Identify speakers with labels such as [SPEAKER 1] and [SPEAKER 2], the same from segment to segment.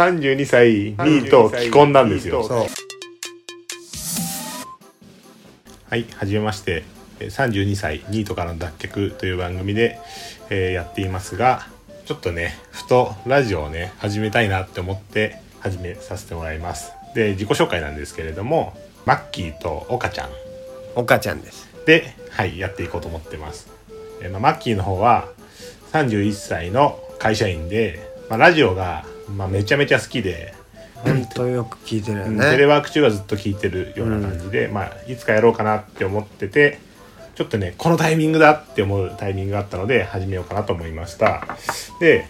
[SPEAKER 1] 32歳2位と既婚なんですよ
[SPEAKER 2] そう
[SPEAKER 1] はいはじめましてえー32歳ニートからの脱却という番組で、えーやっていますがちょっとねふとラジオをね始めたいなって思って始めさせてもらいますで自己紹介なんですけれどもマッキーと岡ちゃん
[SPEAKER 2] 岡ちゃんです
[SPEAKER 1] で、はい、やっていこうと思ってます。えーまあ、マッキーの方は31歳の会社員で、まあ、ラジオが、まあ、めちゃめちゃ好きで、
[SPEAKER 2] ほんとよく聞いてるよ
[SPEAKER 1] テレ
[SPEAKER 2] ね
[SPEAKER 1] ワーク中はずっと聞いてるような感じで、まあ、いつかやろうかなって思っててちょっとねこのタイミングだって思うタイミングがあったので始めようかなと思いましたで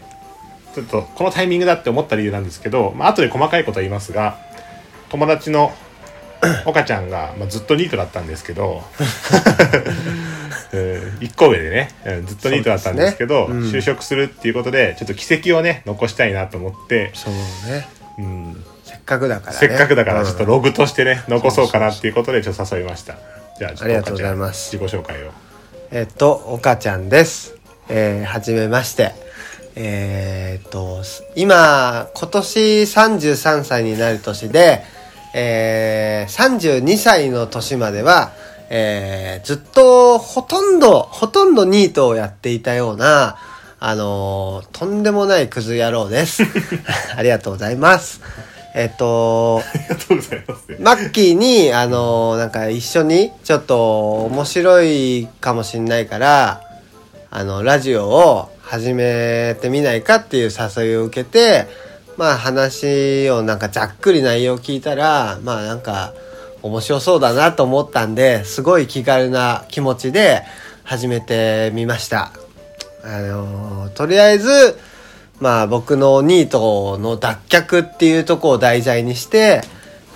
[SPEAKER 1] ちょっとこのタイミングだって思った理由なんですけど、まあ後で細かいことは言いますが友達の 岡ちゃんが、まあ、ずっとニートだったんですけ ど、うん、1個上でね、うんずっとニートだったんですけど
[SPEAKER 2] そうですねうん
[SPEAKER 1] 就職するっていうことでちょっと軌跡をね残したいなと思って、
[SPEAKER 2] そうね
[SPEAKER 1] うん、
[SPEAKER 2] せっかくだからね
[SPEAKER 1] せっかくだから
[SPEAKER 2] うん
[SPEAKER 1] ちょっとログとしてね、残そうかなっていうことでちょっと誘いましたじゃあちょっ
[SPEAKER 2] ありがとうございます
[SPEAKER 1] 岡ちゃん自己紹介を
[SPEAKER 2] えっと、岡ちゃんです。えー、はじめまして。えーっと、す今、今年33歳になる年で、えー、32歳の年までは、えー、ずっと、ほとんど、ほとんどニートをやっていたような、あのーとんでもないクズ野郎です。ありがとうございます。えっと、
[SPEAKER 1] ありがとうございます
[SPEAKER 2] マッキーに、あのなんか一緒に、ちょっと面白いかもしんないから、あの、ラジオを始めてみないかっていう誘いを受けて、まあ話をなんかざっくり内容を聞いたら、まあなんか面白そうだなと思ったんで、すごい気軽な気持ちで始めてみました。あのとりあえず、まあ僕のニートの脱却っていうところを題材にして、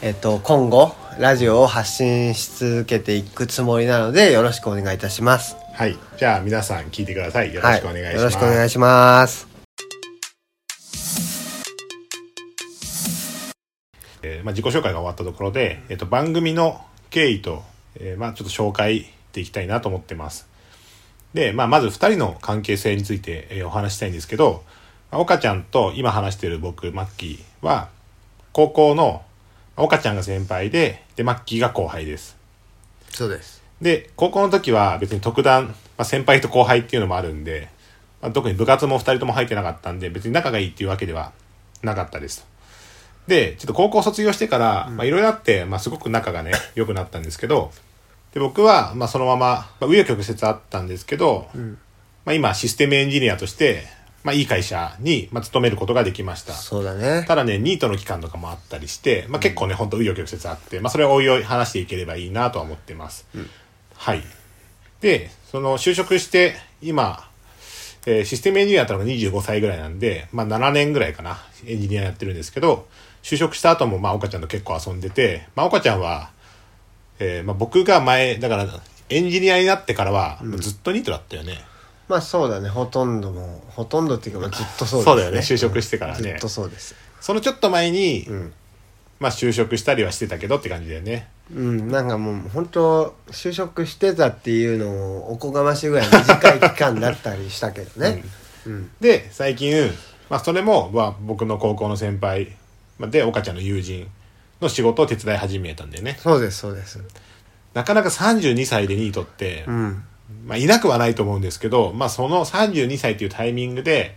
[SPEAKER 2] えっと、今後、ラジオを発信し続けていくつもりなので、よろしくお願いいたします。
[SPEAKER 1] はいじゃあ皆さん聞いてくださいよろしくお願いします、
[SPEAKER 2] よろしくお願いします。
[SPEAKER 1] えーまあ、自己紹介が終わったところで、えっと番組の経緯と、えーまあ、ちょっと紹介していきたいなと思ってますで、まあ、まず2人の関係性について、えーお話ししたいんですけど、まあ、岡ちゃんと今話してる僕マッキーは高校のまあ岡ちゃんが先輩ででマッキーが後輩です
[SPEAKER 2] そうです。
[SPEAKER 1] で高校の時は別に特段、まあ、先輩と後輩っていうのもあるんで、まあ、特に部活も2人とも入ってなかったんで別に仲がいいっていうわけではなかったですでちょっと高校卒業してからまあいろいろあって、まあ、すごく仲がね良くなったんですけどで僕は、まあ、そのまま、まあ、紆余曲折あったんですけど、まあ、今システムエンジニアとして、まあ、いい会社に、まあ、勤めることができました
[SPEAKER 2] そうだね。
[SPEAKER 1] ただね、ニートの期間とかもあったりして、まあ、結構ね、ほんと紆余曲折あって、まあ、それをおいおい話していければいいなとは思ってます。はい。で、その、就職して、今、えーシステムエンジニアだったのが25歳ぐらいなんで、まあ、7年ぐらいかな、エンジニアやってるんですけど、就職した後も、まあ、岡ちゃんと結構遊んでて、まあ、岡ちゃんは、えーまあ、僕が前、だから、エンジニアになってからは、まあずっとニートだったよね。
[SPEAKER 2] まあそうだね。ほとんどもう、ほとんどっていうか、まあずっとそうですね。
[SPEAKER 1] そうだよね、就職してからね。
[SPEAKER 2] ずっとそうです。
[SPEAKER 1] そのちょっと前に、まあ就職したりはしてたけどって感じだよね。
[SPEAKER 2] うん、なんかもう本当就職してたっていうのをおこがましいぐらい短い期間だったりしたけどね、うん
[SPEAKER 1] で、最近、まあそれも、まあ、僕の高校の先輩まあで、岡ちゃんの友人の仕事を手伝い始めたんだよね。
[SPEAKER 2] そうですそうです
[SPEAKER 1] なかなか32歳でニートって、
[SPEAKER 2] うん
[SPEAKER 1] まあいなくはないと思うんですけど、まあその32歳っていうタイミングで、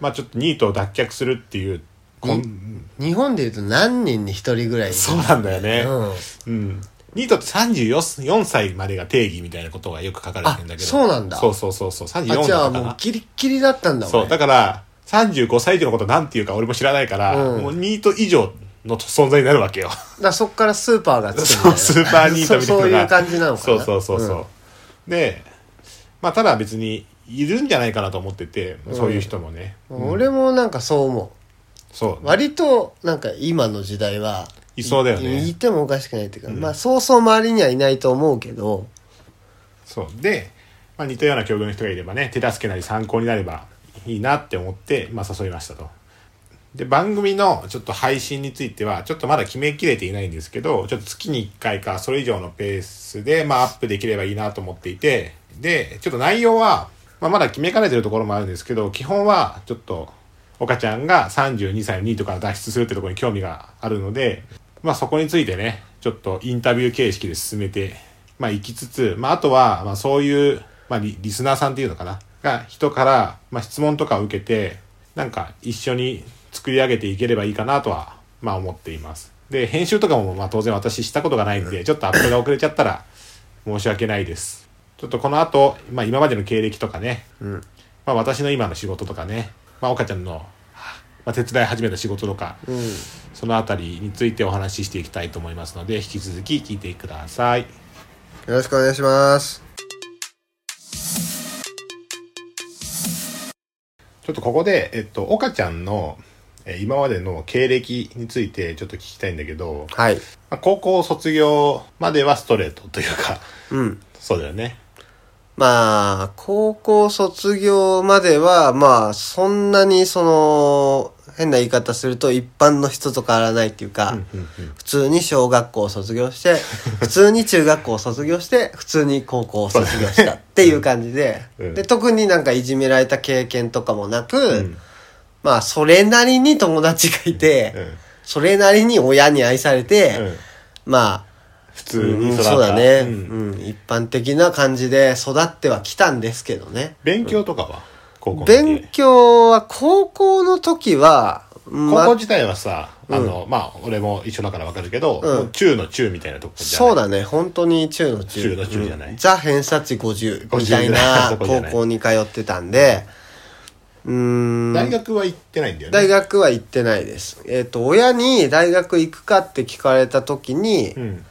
[SPEAKER 1] まあちょっとニートを脱却するっていう、こん
[SPEAKER 2] 日本でいうと何人に一人ぐらいいる
[SPEAKER 1] そうなんだよね。
[SPEAKER 2] うん
[SPEAKER 1] うん。ニートって34歳までが定義みたいなことがよく書かれてるんだけど。
[SPEAKER 2] あそうなんだ
[SPEAKER 1] そうそうそうそう。34だ
[SPEAKER 2] あ
[SPEAKER 1] っ
[SPEAKER 2] じ
[SPEAKER 1] た
[SPEAKER 2] ゃ
[SPEAKER 1] か
[SPEAKER 2] あ
[SPEAKER 1] な
[SPEAKER 2] もうギリッギリだったんだも
[SPEAKER 1] そ
[SPEAKER 2] ん
[SPEAKER 1] う、だから、35歳以上のことなんていうか俺も知らないから、
[SPEAKER 2] うん
[SPEAKER 1] もうニート以上の存在になるわけよ。
[SPEAKER 2] だそっからスーパーがつくんだ
[SPEAKER 1] そ
[SPEAKER 2] よ
[SPEAKER 1] う、
[SPEAKER 2] ね
[SPEAKER 1] スーパーニートみたいなのが。
[SPEAKER 2] そうそういう感じなのかな
[SPEAKER 1] そうそうそうそう。で、まあただ別に、いるんじゃないかなと思ってて、そういう人もね。
[SPEAKER 2] うん俺もなんかそう思
[SPEAKER 1] そう
[SPEAKER 2] う。割となんか今の時代はい
[SPEAKER 1] そうだよ
[SPEAKER 2] い
[SPEAKER 1] ね。
[SPEAKER 2] てもおかしくないっていうか、まあそうそう周りにはいないと思うけど
[SPEAKER 1] そう。で、まあ似たような境遇の人がいればね、手助けなり参考になればいいなって思って、まあ誘いましたと。で、番組のちょっと配信については、ちょっとまだ決めきれていないんですけど、ちょっと月に1回かそれ以上のペースで、まあアップできればいいなと思っていて、で、ちょっと内容は、まあまだ決めかねてるところもあるんですけど、基本はちょっと岡ちゃんが32歳のニートから脱出するってところに興味があるので、まあ、そこについてねちょっとインタビュー形式で進めて、まあ、いきつつ、まあ、あとは、まあ、そういう、まあリ、リスナーさんっていうのかなが人から、まあ、質問とかを受けてなんか一緒に作り上げていければいいかなとは、まあ、思っていますで編集とかも、まあ、当然私したことがない んでちょっとアップが遅れちゃったら申し訳ないですちょっとこの後、まあ今までの経歴とかね、まあ、私の今の仕事とかね、まあ、岡ちゃんの、まあ、手伝い始めた仕事とか、そのあたりについてお話ししていきたいと思いますので引き続き聞いてください
[SPEAKER 2] よろしくお願いします。
[SPEAKER 1] ちょっとここで、えっと、岡ちゃんのえー今までの経歴についてちょっと聞きたいんだけど、
[SPEAKER 2] はい。
[SPEAKER 1] まあ、高校卒業まではストレートというか
[SPEAKER 2] うん。
[SPEAKER 1] そうだよね
[SPEAKER 2] まあ、高校卒業までは、まあ、そんなにその、変な言い方すると一般の人と変わらないっていうか、普通に小学校を卒業して、 普通に中学校を卒業して、普通に高校を卒業したっていう感じで、
[SPEAKER 1] うん
[SPEAKER 2] で、特になんかいじめられた経験とかもなく、
[SPEAKER 1] ん
[SPEAKER 2] まあ、それなりに友達がいて、
[SPEAKER 1] うん
[SPEAKER 2] それなりに親に愛されて、
[SPEAKER 1] うん
[SPEAKER 2] まあ、
[SPEAKER 1] 普通に育
[SPEAKER 2] うん
[SPEAKER 1] った、
[SPEAKER 2] そうだね、
[SPEAKER 1] う
[SPEAKER 2] うんん一般的な感じで育ってはきたんですけどね
[SPEAKER 1] 勉強とかは高校の時
[SPEAKER 2] 勉強は高校の時は、ま
[SPEAKER 1] 高
[SPEAKER 2] あ
[SPEAKER 1] 校自体はさ、あの、まあ、俺も一緒だからわかるけど、もう中の中みたいなとこじゃない
[SPEAKER 2] そうだね本当に中の中
[SPEAKER 1] 中の中じゃない
[SPEAKER 2] うんザ偏差値50
[SPEAKER 1] 50
[SPEAKER 2] みたい
[SPEAKER 1] と
[SPEAKER 2] な
[SPEAKER 1] こじゃ
[SPEAKER 2] 高
[SPEAKER 1] ない
[SPEAKER 2] 校に通ってたんでうーん
[SPEAKER 1] 大学は行ってないんだよね。
[SPEAKER 2] 大学は行ってないですえっ、と親に大学行くかって聞かれた時に、
[SPEAKER 1] うん。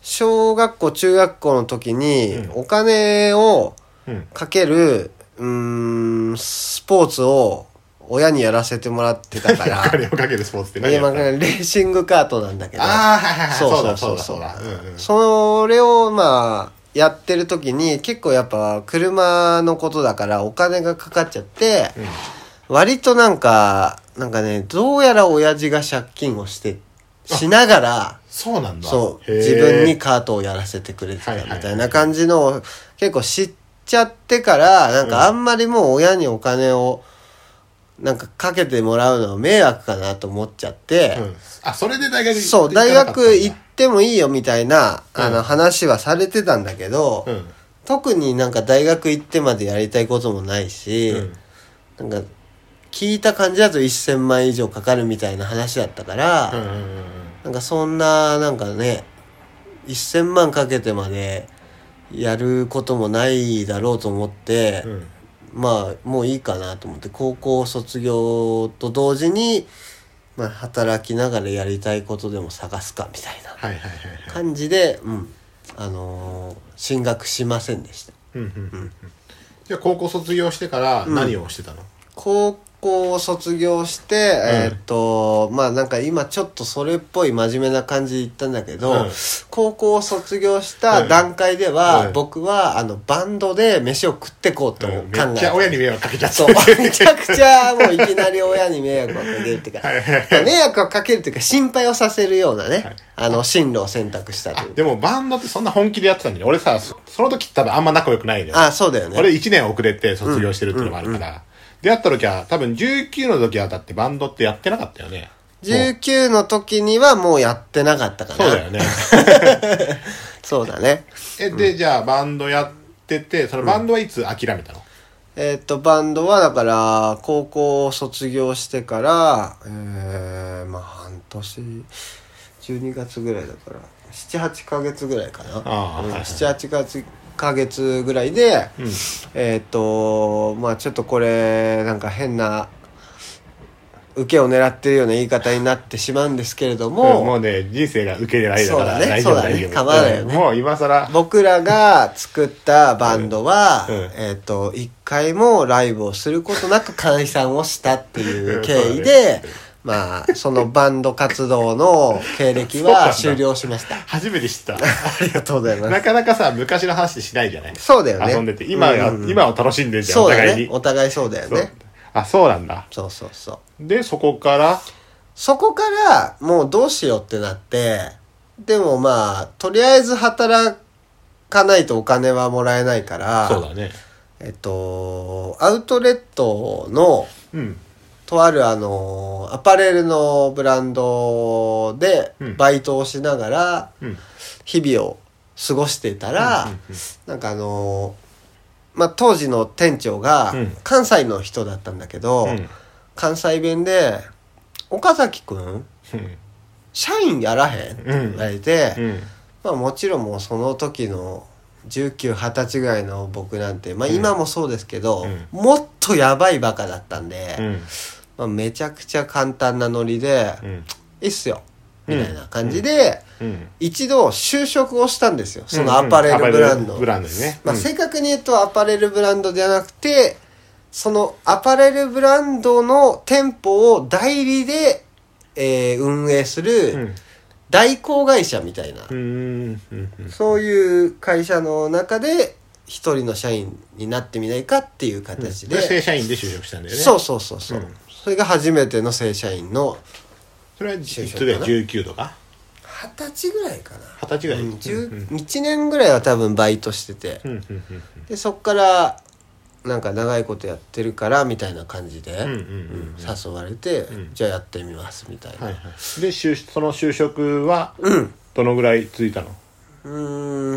[SPEAKER 2] 小学校中学校の時に
[SPEAKER 1] うん
[SPEAKER 2] お金を
[SPEAKER 1] うん。
[SPEAKER 2] かける、うーん、スポーツを親にやらせてもらってた か
[SPEAKER 1] お
[SPEAKER 2] ら、
[SPEAKER 1] 金をかけるスポーツって何
[SPEAKER 2] い
[SPEAKER 1] や
[SPEAKER 2] やまあ
[SPEAKER 1] った
[SPEAKER 2] レーシングカートなんだけど、
[SPEAKER 1] ああ、はいはいはい。
[SPEAKER 2] そう
[SPEAKER 1] そう
[SPEAKER 2] そう
[SPEAKER 1] だ
[SPEAKER 2] そ
[SPEAKER 1] そう
[SPEAKER 2] う
[SPEAKER 1] だ
[SPEAKER 2] そ
[SPEAKER 1] そううだ。うんうん。
[SPEAKER 2] それをまあ、やってる時に結構やっぱ車のことだからお金がかかっちゃって、割となんか、なんかね、どうやら親父が借金をして、しながら、
[SPEAKER 1] そうなんだ。
[SPEAKER 2] そう
[SPEAKER 1] へー
[SPEAKER 2] 自分に。カートをやらせてくれてたみたいな感じのを結構知っちゃってからなんかあんまりもう親にお金をなんかかけてもらうのは迷惑かなと思っちゃって、
[SPEAKER 1] うん。あ、それで大学
[SPEAKER 2] そう大学行ってもいいよみたいな、
[SPEAKER 1] うん
[SPEAKER 2] あの話はされてたんだけど、
[SPEAKER 1] うん。
[SPEAKER 2] 特になんか大学行ってまでやりたいこともないし、
[SPEAKER 1] うん
[SPEAKER 2] なんか聞いた感じだと1,000万以上かかるみたいな話だったから。
[SPEAKER 1] うんうんうんうん。
[SPEAKER 2] なんかそんな、なんかね、1000万かけてまでやることもないだろうと思って、
[SPEAKER 1] うん
[SPEAKER 2] まあもういいかなと思って、高校卒業と同時に、まあ働きながらやりたいことでも探すかみたいな
[SPEAKER 1] はいはいはい。
[SPEAKER 2] 感じで、うん。あのー進学しませんでした。
[SPEAKER 1] うんうんうんうん。じゃあ高校卒業してから何をしてたの
[SPEAKER 2] 高校を卒業して、えーっとまあなんか今ちょっとそれっぽい真面目な感じで言ったんだけど、
[SPEAKER 1] うん
[SPEAKER 2] 高校を卒業した段階では、
[SPEAKER 1] うん
[SPEAKER 2] 僕はあのバンドで飯を食ってこうと考
[SPEAKER 1] うん
[SPEAKER 2] え
[SPEAKER 1] めっち
[SPEAKER 2] て
[SPEAKER 1] ゃ親に迷惑かけちゃった。
[SPEAKER 2] そうめちゃくちゃもういきなり親に迷惑をかけるっていうか
[SPEAKER 1] はいはい
[SPEAKER 2] まあ迷惑をかけるっていうか心配をさせるようなね、あの進路を選択したという
[SPEAKER 1] でもバンドってそんな本気でやってたんだよ。俺さ、そその時多分あんま仲良くないのよ。
[SPEAKER 2] あそうだよね
[SPEAKER 1] 俺1年遅れて卒業してるっていうのもあるから。出会った時は、多分19の時はだってバンドってやってなかったよね。
[SPEAKER 2] 19の時にはもうやってなかったかな
[SPEAKER 1] そうだよね。
[SPEAKER 2] そうだね
[SPEAKER 1] え、で、じゃあバンドやってて、そのバンドはいつ諦めたの、
[SPEAKER 2] えーっと、バンドはだから、高校を卒業してから、えー、まあ半年、12月ぐらいだから、7、8ヶ月ぐらいかな。
[SPEAKER 1] ああ
[SPEAKER 2] うん
[SPEAKER 1] はいはい
[SPEAKER 2] 7、8ヶ月ヶ月ぐらいで、えーっと、まあちょっとこれ、なんか変な、受けを狙ってるような言い方になってしまうんですけれども、
[SPEAKER 1] うんもうね、人生が受け入れられたから、
[SPEAKER 2] そうだね
[SPEAKER 1] 大丈夫
[SPEAKER 2] そうだね
[SPEAKER 1] 大丈夫。
[SPEAKER 2] 構わないよね
[SPEAKER 1] うんもう今更、
[SPEAKER 2] 僕らが作ったバンドは、
[SPEAKER 1] うんうん
[SPEAKER 2] えっ、と、一回もライブをすることなく解散をしたっていう経緯
[SPEAKER 1] うん
[SPEAKER 2] で、まあ、そのバンド活動の経 歴は終了しました。 あ
[SPEAKER 1] 初めて知った。
[SPEAKER 2] りがとうございま
[SPEAKER 1] な
[SPEAKER 2] す。
[SPEAKER 1] かなかさ、昔の話しないじゃない
[SPEAKER 2] そうだよね。
[SPEAKER 1] 遊んでて。今が、
[SPEAKER 2] うんうんうん
[SPEAKER 1] 今を楽しんでるじゃん、
[SPEAKER 2] そ
[SPEAKER 1] お
[SPEAKER 2] うだ
[SPEAKER 1] 互い
[SPEAKER 2] ね
[SPEAKER 1] に。。
[SPEAKER 2] お互いそうだよ
[SPEAKER 1] そう
[SPEAKER 2] ね。
[SPEAKER 1] あ、そうなんだ。
[SPEAKER 2] そうそうそう。
[SPEAKER 1] で、そこから、
[SPEAKER 2] そこから、もうどうしようってなって、でもまあ、とりあえず働かないとお金はもらえないから、
[SPEAKER 1] そうだね。
[SPEAKER 2] えっと、アウトレットの、
[SPEAKER 1] うん。
[SPEAKER 2] とあるあのアパレルのブランドで
[SPEAKER 1] うん
[SPEAKER 2] バイトをしながら
[SPEAKER 1] うん
[SPEAKER 2] 日々を過ごしてたら、
[SPEAKER 1] うんうんうん
[SPEAKER 2] なんかあのまあ、当時の店長が
[SPEAKER 1] うん
[SPEAKER 2] 関西の人だったんだけど、
[SPEAKER 1] うん
[SPEAKER 2] 関西弁で「岡崎くん
[SPEAKER 1] うん
[SPEAKER 2] 社員やらへん?」って言われて、
[SPEAKER 1] うん
[SPEAKER 2] まあ、もちろんもうその時の1920歳ぐらいの僕なんて、まあ、今もそうですけど、
[SPEAKER 1] うん
[SPEAKER 2] もっとやばいバカだったんで、
[SPEAKER 1] うん
[SPEAKER 2] まあ、めちゃくちゃ簡単なノリで
[SPEAKER 1] う
[SPEAKER 2] 「
[SPEAKER 1] ん
[SPEAKER 2] いいっすよ」みたいな感じで、
[SPEAKER 1] うん
[SPEAKER 2] 一度就職をしたんですよそのアパレルブランド。
[SPEAKER 1] アパレルブランドにね
[SPEAKER 2] まあ、
[SPEAKER 1] うん
[SPEAKER 2] 正確に言うとアパレルブランドじゃなくてそのアパレルブランドの店舗を代理で、えー運営す
[SPEAKER 1] うん
[SPEAKER 2] る代行会社みたいな、
[SPEAKER 1] うんうんうん
[SPEAKER 2] そういう会社の中で一人の社員になってみないかっていう形で、
[SPEAKER 1] で正社員で就職したんだよね
[SPEAKER 2] そうそうそうそう、
[SPEAKER 1] うん
[SPEAKER 2] それが初めての正社員の
[SPEAKER 1] それは
[SPEAKER 2] 就職
[SPEAKER 1] それは
[SPEAKER 2] かな
[SPEAKER 1] 19とか
[SPEAKER 2] 二十歳ぐらいかな
[SPEAKER 1] 二十歳ぐらい
[SPEAKER 2] うん
[SPEAKER 1] うんうん
[SPEAKER 2] 10 1年ぐらいは多分バイトしてて、
[SPEAKER 1] うんうんうん
[SPEAKER 2] でそっからなんか長いことやってるからみたいな感じで、
[SPEAKER 1] うんうんうん
[SPEAKER 2] うん誘われて、
[SPEAKER 1] ん
[SPEAKER 2] じゃあやってみますみたいな、
[SPEAKER 1] はいはいで就その就職は
[SPEAKER 2] うん
[SPEAKER 1] どのぐらい続いたの
[SPEAKER 2] う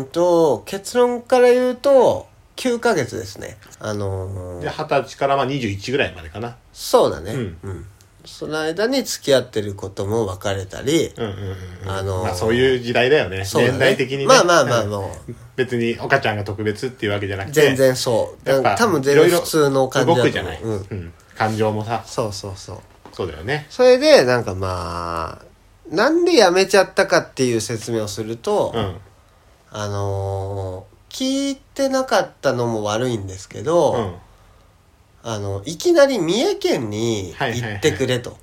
[SPEAKER 2] ーんと結論から言うと9ヶ月ですねあのー
[SPEAKER 1] で二十歳からまあ21ぐらいまでかな
[SPEAKER 2] そうだね
[SPEAKER 1] うん
[SPEAKER 2] うん、その間に付き合ってることも別れたり、
[SPEAKER 1] うんうんうん
[SPEAKER 2] あのー
[SPEAKER 1] まあそういう時代だよね
[SPEAKER 2] そうだね
[SPEAKER 1] 年代的にね
[SPEAKER 2] まあまあまあ
[SPEAKER 1] うん
[SPEAKER 2] もう
[SPEAKER 1] 別に岡ちゃんが特別っていうわけじゃなくて
[SPEAKER 2] 全然そう、
[SPEAKER 1] やっぱ
[SPEAKER 2] 多分全
[SPEAKER 1] いろい
[SPEAKER 2] 然
[SPEAKER 1] ろ
[SPEAKER 2] 普通の感
[SPEAKER 1] 動
[SPEAKER 2] じだと思う
[SPEAKER 1] くじゃない、
[SPEAKER 2] うん、
[SPEAKER 1] うん感情もさ
[SPEAKER 2] そうそうそう
[SPEAKER 1] そうだよね
[SPEAKER 2] それでなんかまあなんで辞めちゃったかっていう説明をすると、
[SPEAKER 1] うん
[SPEAKER 2] あのー聞いてなかったのも悪いんですけど、
[SPEAKER 1] うん
[SPEAKER 2] あのいきなり三重県に
[SPEAKER 1] はいはいはい
[SPEAKER 2] 行ってくれと、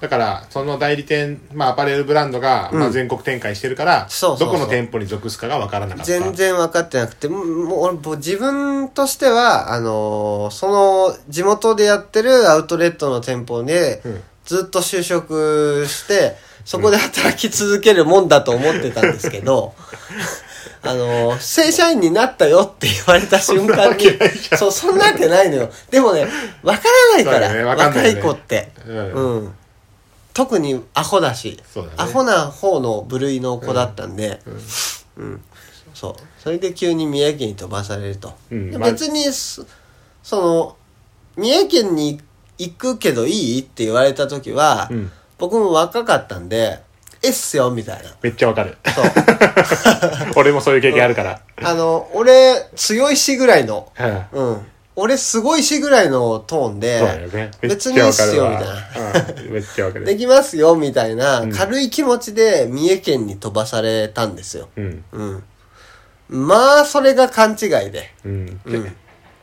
[SPEAKER 1] だからその代理店、まあ、アパレルブランドが、ま
[SPEAKER 2] う
[SPEAKER 1] あ、
[SPEAKER 2] ん
[SPEAKER 1] 全国展開してるから、
[SPEAKER 2] そうそうそ
[SPEAKER 1] ど
[SPEAKER 2] う
[SPEAKER 1] この店舗に属すかが分からなかった
[SPEAKER 2] 全然分かってなくてもうもう俺もう自分としてはあのーその地元でやってるアウトレットの店舗で、
[SPEAKER 1] うん
[SPEAKER 2] ずっと就職してそこで働き続けるもんだと思ってたんですけ ど、あのー正社員になったよって言われた瞬間に
[SPEAKER 1] そんなわけないじゃん
[SPEAKER 2] そうそんなわけないのよでもね分からないか
[SPEAKER 1] そ
[SPEAKER 2] ら、
[SPEAKER 1] うだよねわかんな
[SPEAKER 2] 若
[SPEAKER 1] いよ
[SPEAKER 2] い
[SPEAKER 1] ね
[SPEAKER 2] 子って、
[SPEAKER 1] うん
[SPEAKER 2] うん、特にアホだし
[SPEAKER 1] そうだね
[SPEAKER 2] アホな方の部類の子だったんで、
[SPEAKER 1] うん
[SPEAKER 2] うん、そうそれで急に三重県に飛ばされると、
[SPEAKER 1] うん
[SPEAKER 2] で
[SPEAKER 1] まあ
[SPEAKER 2] 別にそその三重県に行くけどいいって言われた時は、
[SPEAKER 1] うん
[SPEAKER 2] 僕も若かったんで「えっすよ」みたいな
[SPEAKER 1] めっちゃ分かる
[SPEAKER 2] そう
[SPEAKER 1] 俺もそういう経験あるから、
[SPEAKER 2] あの俺強いしぐらいの
[SPEAKER 1] うん
[SPEAKER 2] うん俺すごいしぐらいのトーン
[SPEAKER 1] そうだよ
[SPEAKER 2] で
[SPEAKER 1] ね
[SPEAKER 2] 「
[SPEAKER 1] めっ
[SPEAKER 2] 別
[SPEAKER 1] ち
[SPEAKER 2] にい
[SPEAKER 1] ゃ
[SPEAKER 2] いっ
[SPEAKER 1] 分か
[SPEAKER 2] す
[SPEAKER 1] る
[SPEAKER 2] よ」
[SPEAKER 1] わ
[SPEAKER 2] みたいな。
[SPEAKER 1] うん、めっちゃ分かる
[SPEAKER 2] できますよみたいな
[SPEAKER 1] うん
[SPEAKER 2] 軽い気持ちで三重県に飛ばされたんですよ。
[SPEAKER 1] うん
[SPEAKER 2] うん。まあ、それが勘違いで。
[SPEAKER 1] うん、で
[SPEAKER 2] うん。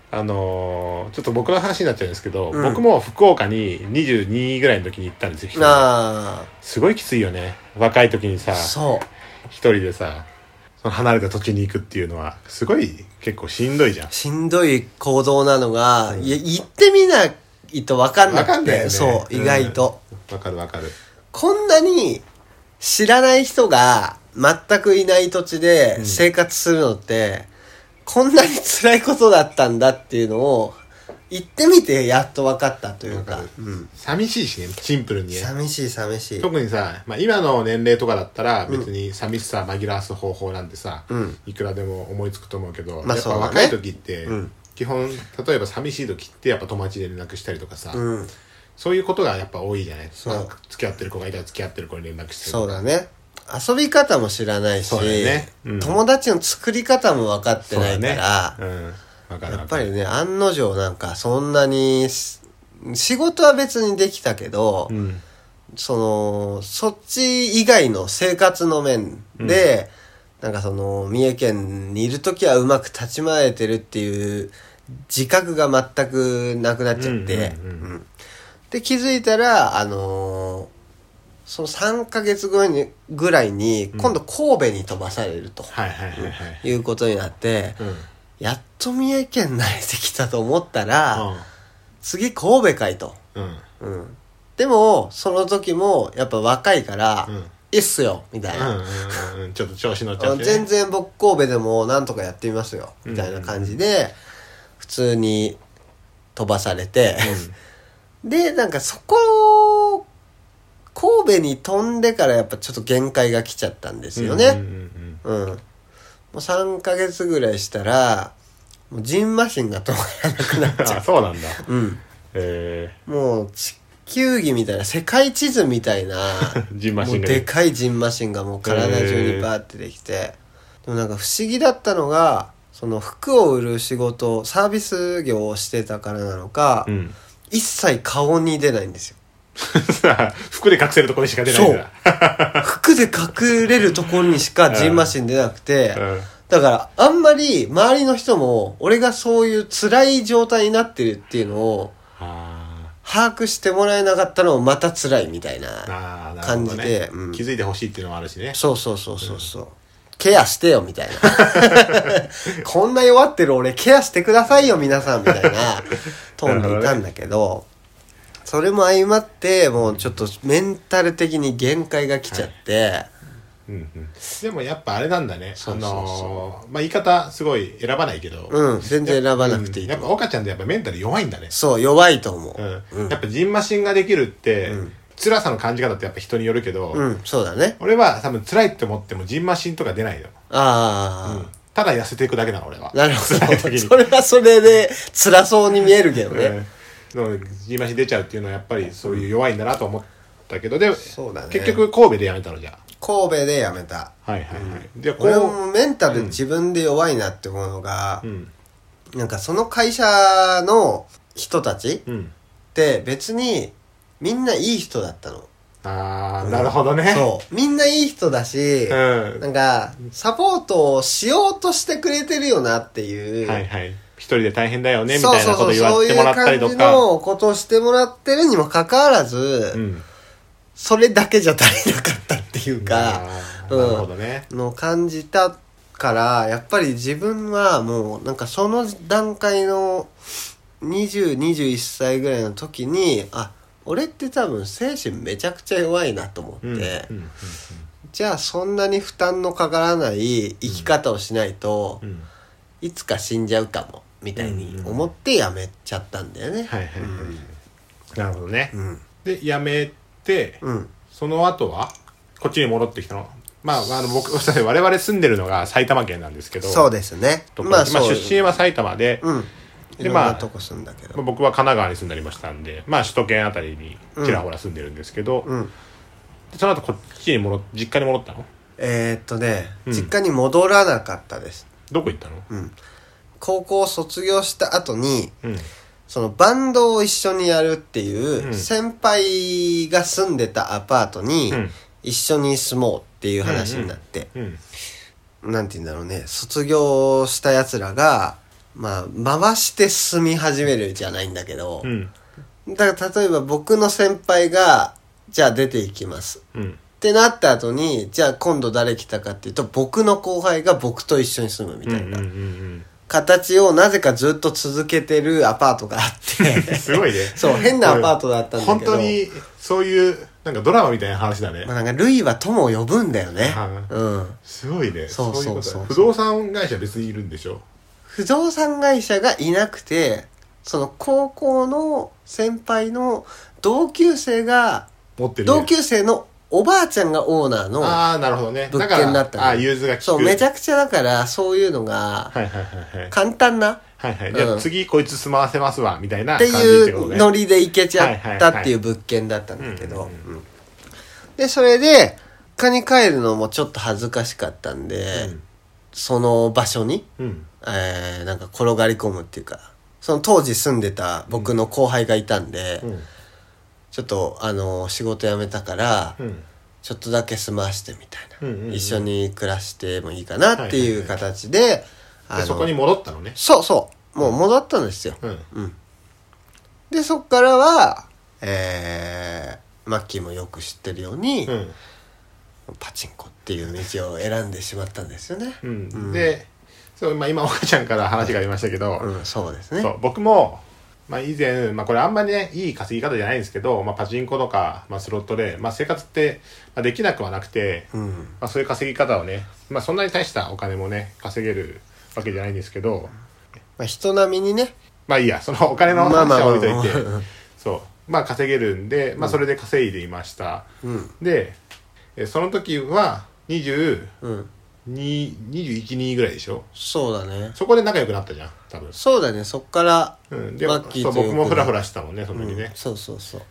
[SPEAKER 1] あのーちょっと僕の話になっちゃうんですけど、
[SPEAKER 2] うん
[SPEAKER 1] 僕も福岡に22ぐらいの時に行ったんですよ一人で
[SPEAKER 2] あ
[SPEAKER 1] すごいきついよね若い時にさ
[SPEAKER 2] あ、そ
[SPEAKER 1] 一人でさその離れた土地に行くっていうのはすごい結構しんどいじゃん
[SPEAKER 2] う。しんどい行動なのが、いや、行ってみないと分かんな
[SPEAKER 1] わか
[SPEAKER 2] く
[SPEAKER 1] んない
[SPEAKER 2] て、
[SPEAKER 1] よね
[SPEAKER 2] そう、
[SPEAKER 1] うん
[SPEAKER 2] 意外と。
[SPEAKER 1] わかるわかる
[SPEAKER 2] こんなに知らない人が全くいない土地で生活するのって、こんなに辛いことだったんだっていうのを、行ってみてやっと分かったというか
[SPEAKER 1] わかる。
[SPEAKER 2] うん。
[SPEAKER 1] 寂しいしねシンプルにね
[SPEAKER 2] 寂しい寂しい。
[SPEAKER 1] 特にさ、まあ、今の年齢とかだったら別に寂しさ紛らわす方法なんてさ、
[SPEAKER 2] うん
[SPEAKER 1] いくらでも思いつくと思うけど、
[SPEAKER 2] ま
[SPEAKER 1] や
[SPEAKER 2] あ
[SPEAKER 1] っ
[SPEAKER 2] そう
[SPEAKER 1] ぱ
[SPEAKER 2] だね
[SPEAKER 1] 若い時って、
[SPEAKER 2] うん
[SPEAKER 1] 基本例えば寂しい時ってやっぱ友達で連絡したりとかさ、
[SPEAKER 2] うん。
[SPEAKER 1] そういうことがやっぱ多いじゃない
[SPEAKER 2] そう
[SPEAKER 1] まあ付き合ってる子がいたら付き合ってる子に連絡してる
[SPEAKER 2] そうだね遊び方も知らないし、
[SPEAKER 1] そうだよねうん
[SPEAKER 2] 友達の作り方も分かって
[SPEAKER 1] そう
[SPEAKER 2] な
[SPEAKER 1] だ
[SPEAKER 2] いか
[SPEAKER 1] ね
[SPEAKER 2] ら、
[SPEAKER 1] うんわかる
[SPEAKER 2] や
[SPEAKER 1] わ
[SPEAKER 2] っ
[SPEAKER 1] か
[SPEAKER 2] ぱ
[SPEAKER 1] る
[SPEAKER 2] りね案の定なんかそんなにし仕事は別にできたけど、
[SPEAKER 1] うん
[SPEAKER 2] そのそっち以外の生活の面で、なんかその三重県にいる時はうまく立ち回れてるっていう自覚が全くなくなっちゃ
[SPEAKER 1] う
[SPEAKER 2] って、
[SPEAKER 1] んうんうん
[SPEAKER 2] うんで気づいたらあのーその3ヶ月後にぐらいに今度神戸に飛ばされると
[SPEAKER 1] はいはいはいはい
[SPEAKER 2] いうことになって、
[SPEAKER 1] うん、うん
[SPEAKER 2] やっと三重県慣れてきたと思ったら、次神戸かいと。
[SPEAKER 1] うん
[SPEAKER 2] うん。でも、その時も、やっぱ若いから、
[SPEAKER 1] うん
[SPEAKER 2] いいっすよ、みたいな。
[SPEAKER 1] うんうんうんちょっと調子乗っち
[SPEAKER 2] あ
[SPEAKER 1] ゃっ
[SPEAKER 2] の
[SPEAKER 1] て、ね、
[SPEAKER 2] 全然僕神戸でもなんとかやってみますよ、みたいな感じで、普通に飛ばされて、で、なんかそこ、神戸に飛んでからやっぱちょっと限界が来ちゃったんですよね。
[SPEAKER 1] うんうんうん
[SPEAKER 2] うん。もう3ヶ月ぐらいしたら、もうジンマシンが止まらなくなっ
[SPEAKER 1] うんあそうなんだ
[SPEAKER 2] うん。
[SPEAKER 1] え
[SPEAKER 2] もう地球儀みたいな、世界地図みたいな、
[SPEAKER 1] ー、ジンマ
[SPEAKER 2] も
[SPEAKER 1] シ
[SPEAKER 2] う
[SPEAKER 1] ンが
[SPEAKER 2] でかいジンマシンがもう体中にバーってできて、でもなんか不思議だったのが、その服を売る仕事、サービス業をしてたからなのか、
[SPEAKER 1] うん
[SPEAKER 2] 一切顔に出ないんですよ。
[SPEAKER 1] 服で隠せるところにしか出ないんだ
[SPEAKER 2] 服で隠れるところにしかジンマシン出なくて、
[SPEAKER 1] うん
[SPEAKER 2] だからあんまり周りの人も俺がそういう辛い状態になってるっていうのを
[SPEAKER 1] あ
[SPEAKER 2] 把握してもらえなかったのもまた辛いみたい
[SPEAKER 1] ー
[SPEAKER 2] な。
[SPEAKER 1] あーなるほど
[SPEAKER 2] 感じ
[SPEAKER 1] ね
[SPEAKER 2] でうん
[SPEAKER 1] 気づいてほしいっていうのもあるしね
[SPEAKER 2] そうそうそうそうそう。ケアしてよみたいな。 こんな弱ってる俺ケアしてくださいよ皆さんみたいな飛んでいたんだけど、それも相まってもうちょっとメンタル的に限界が来ちゃっ
[SPEAKER 1] う
[SPEAKER 2] て、
[SPEAKER 1] んうんでもやっぱあれなんだね
[SPEAKER 2] そ
[SPEAKER 1] あ
[SPEAKER 2] うそうそう
[SPEAKER 1] のーまあ言い方すごい選ばないけど
[SPEAKER 2] うん、全然選ばなくていいと
[SPEAKER 1] やっ
[SPEAKER 2] 思
[SPEAKER 1] ぱ
[SPEAKER 2] う。
[SPEAKER 1] 岡ちゃんってやっぱメンタル弱いんだね
[SPEAKER 2] そう、弱いと思う。
[SPEAKER 1] うんやっぱジンマシンができるって辛さの感じ方ってやっぱ人によるけど
[SPEAKER 2] うん、そうだね。
[SPEAKER 1] 俺は多分辛いって思ってもジンマシンとか出ないよ
[SPEAKER 2] ああ、
[SPEAKER 1] ただ痩せていくだけなの俺は
[SPEAKER 2] なるほ
[SPEAKER 1] 辛い時
[SPEAKER 2] ど。
[SPEAKER 1] に
[SPEAKER 2] それはそれで辛そうに見えるけどね。
[SPEAKER 1] うん、でもジンマシン出ちゃうっていうのはやっぱりそういう弱いんだなと思ったけどで
[SPEAKER 2] そうだね
[SPEAKER 1] 結局神戸でやめたのじゃ
[SPEAKER 2] 神戸で辞めた。
[SPEAKER 1] あはいはいはいでこ
[SPEAKER 2] 俺も
[SPEAKER 1] う
[SPEAKER 2] もうメンタル自分で弱いなって思うのが
[SPEAKER 1] う、ん
[SPEAKER 2] なんかその会社の人たちっ
[SPEAKER 1] うん
[SPEAKER 2] て別にみんないい人だったの。
[SPEAKER 1] ああなるほどね
[SPEAKER 2] そう。みんないい人だし、
[SPEAKER 1] うん
[SPEAKER 2] なんかサポートをしようとしてくれてるよなっていう。
[SPEAKER 1] はいはい一人で大変だよねみたいなこと言わせてもらったりと
[SPEAKER 2] そうそうそうそういう感じ
[SPEAKER 1] か
[SPEAKER 2] のことをしてもらってるにもかかわらず、
[SPEAKER 1] うん
[SPEAKER 2] それだけじゃ足りなかったっていうか、
[SPEAKER 1] あー
[SPEAKER 2] うん
[SPEAKER 1] なるほどね
[SPEAKER 2] の感じたから、やっぱり自分はもうなんかその段階の20、21歳ぐらいの時に、あ、俺って多分精神めちゃくちゃ弱いなと思って、
[SPEAKER 1] うんうんうん
[SPEAKER 2] じゃあそんなに負担のかからない生き方をしないと、
[SPEAKER 1] うん
[SPEAKER 2] いつか死んじゃうかも、みたいに思ってやめちゃったんだよね。
[SPEAKER 1] はいはいはい、なるほどね、
[SPEAKER 2] うん。
[SPEAKER 1] で辞めて、
[SPEAKER 2] うん。
[SPEAKER 1] その後はこっちに戻ってきたのまああの僕 我々住んでるのが埼玉県なんですけど
[SPEAKER 2] そうですね。
[SPEAKER 1] とかまあ、
[SPEAKER 2] そう
[SPEAKER 1] 出身は埼玉で、
[SPEAKER 2] うん。い
[SPEAKER 1] で
[SPEAKER 2] ろん
[SPEAKER 1] まあ
[SPEAKER 2] なとこ住んだけ
[SPEAKER 1] まあ
[SPEAKER 2] ど。
[SPEAKER 1] 僕は神奈川に住んだりましたんでまあ首都圏あたりにちらほら住んでるんですけど、
[SPEAKER 2] うん。
[SPEAKER 1] でその後こっちに戻っ実家に戻ったの
[SPEAKER 2] えーっとね、
[SPEAKER 1] うん
[SPEAKER 2] 実家に戻らなかったです。
[SPEAKER 1] どこ行ったの
[SPEAKER 2] うん。高校を卒業した後に、
[SPEAKER 1] うん
[SPEAKER 2] そのバンドを一緒にやるって
[SPEAKER 1] う
[SPEAKER 2] い
[SPEAKER 1] ん
[SPEAKER 2] う、先輩が住んでたアパートに
[SPEAKER 1] うん、
[SPEAKER 2] 一緒に住もうっていう話になって、
[SPEAKER 1] うん
[SPEAKER 2] なんて言うんだろうね、卒業した奴らが、まあ、回して住み始めるじゃないんだけど
[SPEAKER 1] う、ん
[SPEAKER 2] だから例えば僕の先輩が、じゃあ出ていきます。
[SPEAKER 1] うん
[SPEAKER 2] ってなった後に、じゃあ今度誰来たかっていうと、僕の後輩が僕と一緒に住むみ
[SPEAKER 1] うんう
[SPEAKER 2] た
[SPEAKER 1] ん
[SPEAKER 2] いな、
[SPEAKER 1] うん
[SPEAKER 2] 形をなぜかずっと続けてるアパートがあっ
[SPEAKER 1] うん
[SPEAKER 2] て、
[SPEAKER 1] すごいね
[SPEAKER 2] そう、変なアパートだったんだ
[SPEAKER 1] 本
[SPEAKER 2] けど、
[SPEAKER 1] 当にそういうなんかドラマみたいな話だね、
[SPEAKER 2] まあ、なんか、ルイは友を呼ぶんだよね
[SPEAKER 1] は。い
[SPEAKER 2] うん。
[SPEAKER 1] すごいね
[SPEAKER 2] そうそうそう
[SPEAKER 1] いことだ不動産会社別にいるんでしょ
[SPEAKER 2] 不動産会社がいなくて、その高校の先輩の同級生が、
[SPEAKER 1] 持ってる
[SPEAKER 2] 同級生のおばあちゃんがオーナーの
[SPEAKER 1] ああなるほどね
[SPEAKER 2] 物件だっ
[SPEAKER 1] か
[SPEAKER 2] た
[SPEAKER 1] らああ融通が利く
[SPEAKER 2] そう、めち
[SPEAKER 1] ゃ
[SPEAKER 2] ゃくちゃだから、そういうの
[SPEAKER 1] は
[SPEAKER 2] が、
[SPEAKER 1] いはいはいはい
[SPEAKER 2] 簡単な、
[SPEAKER 1] はいはいじゃあ
[SPEAKER 2] うん
[SPEAKER 1] 次こいつ住まわせますわみたいな
[SPEAKER 2] って
[SPEAKER 1] 感じって
[SPEAKER 2] い
[SPEAKER 1] こと
[SPEAKER 2] う
[SPEAKER 1] ね
[SPEAKER 2] ノリで行けちゃ
[SPEAKER 1] はい
[SPEAKER 2] っ
[SPEAKER 1] は
[SPEAKER 2] た
[SPEAKER 1] いはい
[SPEAKER 2] っていう物件だったんだけど、
[SPEAKER 1] うん
[SPEAKER 2] うんでそれで実家に帰るのもちょっと恥ずかしかったんで、
[SPEAKER 1] うん
[SPEAKER 2] その場所に、
[SPEAKER 1] うん
[SPEAKER 2] えーなんか転がり込むっていうかその当時住んでた僕の後輩がいたんで、
[SPEAKER 1] うん
[SPEAKER 2] ちょっとあの仕事辞めたから、
[SPEAKER 1] うん
[SPEAKER 2] ちょっとだけ住まわしてみたいな、
[SPEAKER 1] うんうんうん
[SPEAKER 2] 一緒に暮らしてもいいかなっていう形で、あ
[SPEAKER 1] で
[SPEAKER 2] の
[SPEAKER 1] そこに戻ったのね
[SPEAKER 2] そうそうもう戻ったんですよ、
[SPEAKER 1] うん
[SPEAKER 2] うん。で、そっからは、えー、マッキーもよく知ってるように、
[SPEAKER 1] うん
[SPEAKER 2] パチンコっていう道を選んでしまったんですよね。
[SPEAKER 1] う
[SPEAKER 2] うんん
[SPEAKER 1] でそうまあ今岡ちゃんから話がありましたけど
[SPEAKER 2] うん、そうですね。
[SPEAKER 1] そう僕もまあ以前、まあこれあんまりね、いい稼ぎ方じゃないんですけど、まあパチンコとか、まあスロットで、まあ生活って、まあできなくはなくて、
[SPEAKER 2] うん。
[SPEAKER 1] まあ、そういう稼ぎ方をね、まあ、そんなに大したお金もね稼げるわけじゃないんですけど
[SPEAKER 2] まあ、人並みにね。
[SPEAKER 1] まあいいやそのお金の話は置いといて、
[SPEAKER 2] まあまあまあまあ
[SPEAKER 1] そうまあ稼げるんで、まあそれで稼いでいました。
[SPEAKER 2] うん
[SPEAKER 1] で、えその時は22、
[SPEAKER 2] うん
[SPEAKER 1] 21人ぐらいでしょ
[SPEAKER 2] そうだね
[SPEAKER 1] そこで仲良くなったじゃん、多分。
[SPEAKER 2] そうだねそっから
[SPEAKER 1] うん、で
[SPEAKER 2] マッキー
[SPEAKER 1] そう
[SPEAKER 2] とよ
[SPEAKER 1] 僕
[SPEAKER 2] く
[SPEAKER 1] もフラフラしたもんね、その時
[SPEAKER 2] うん
[SPEAKER 1] ね。
[SPEAKER 2] そうそうそう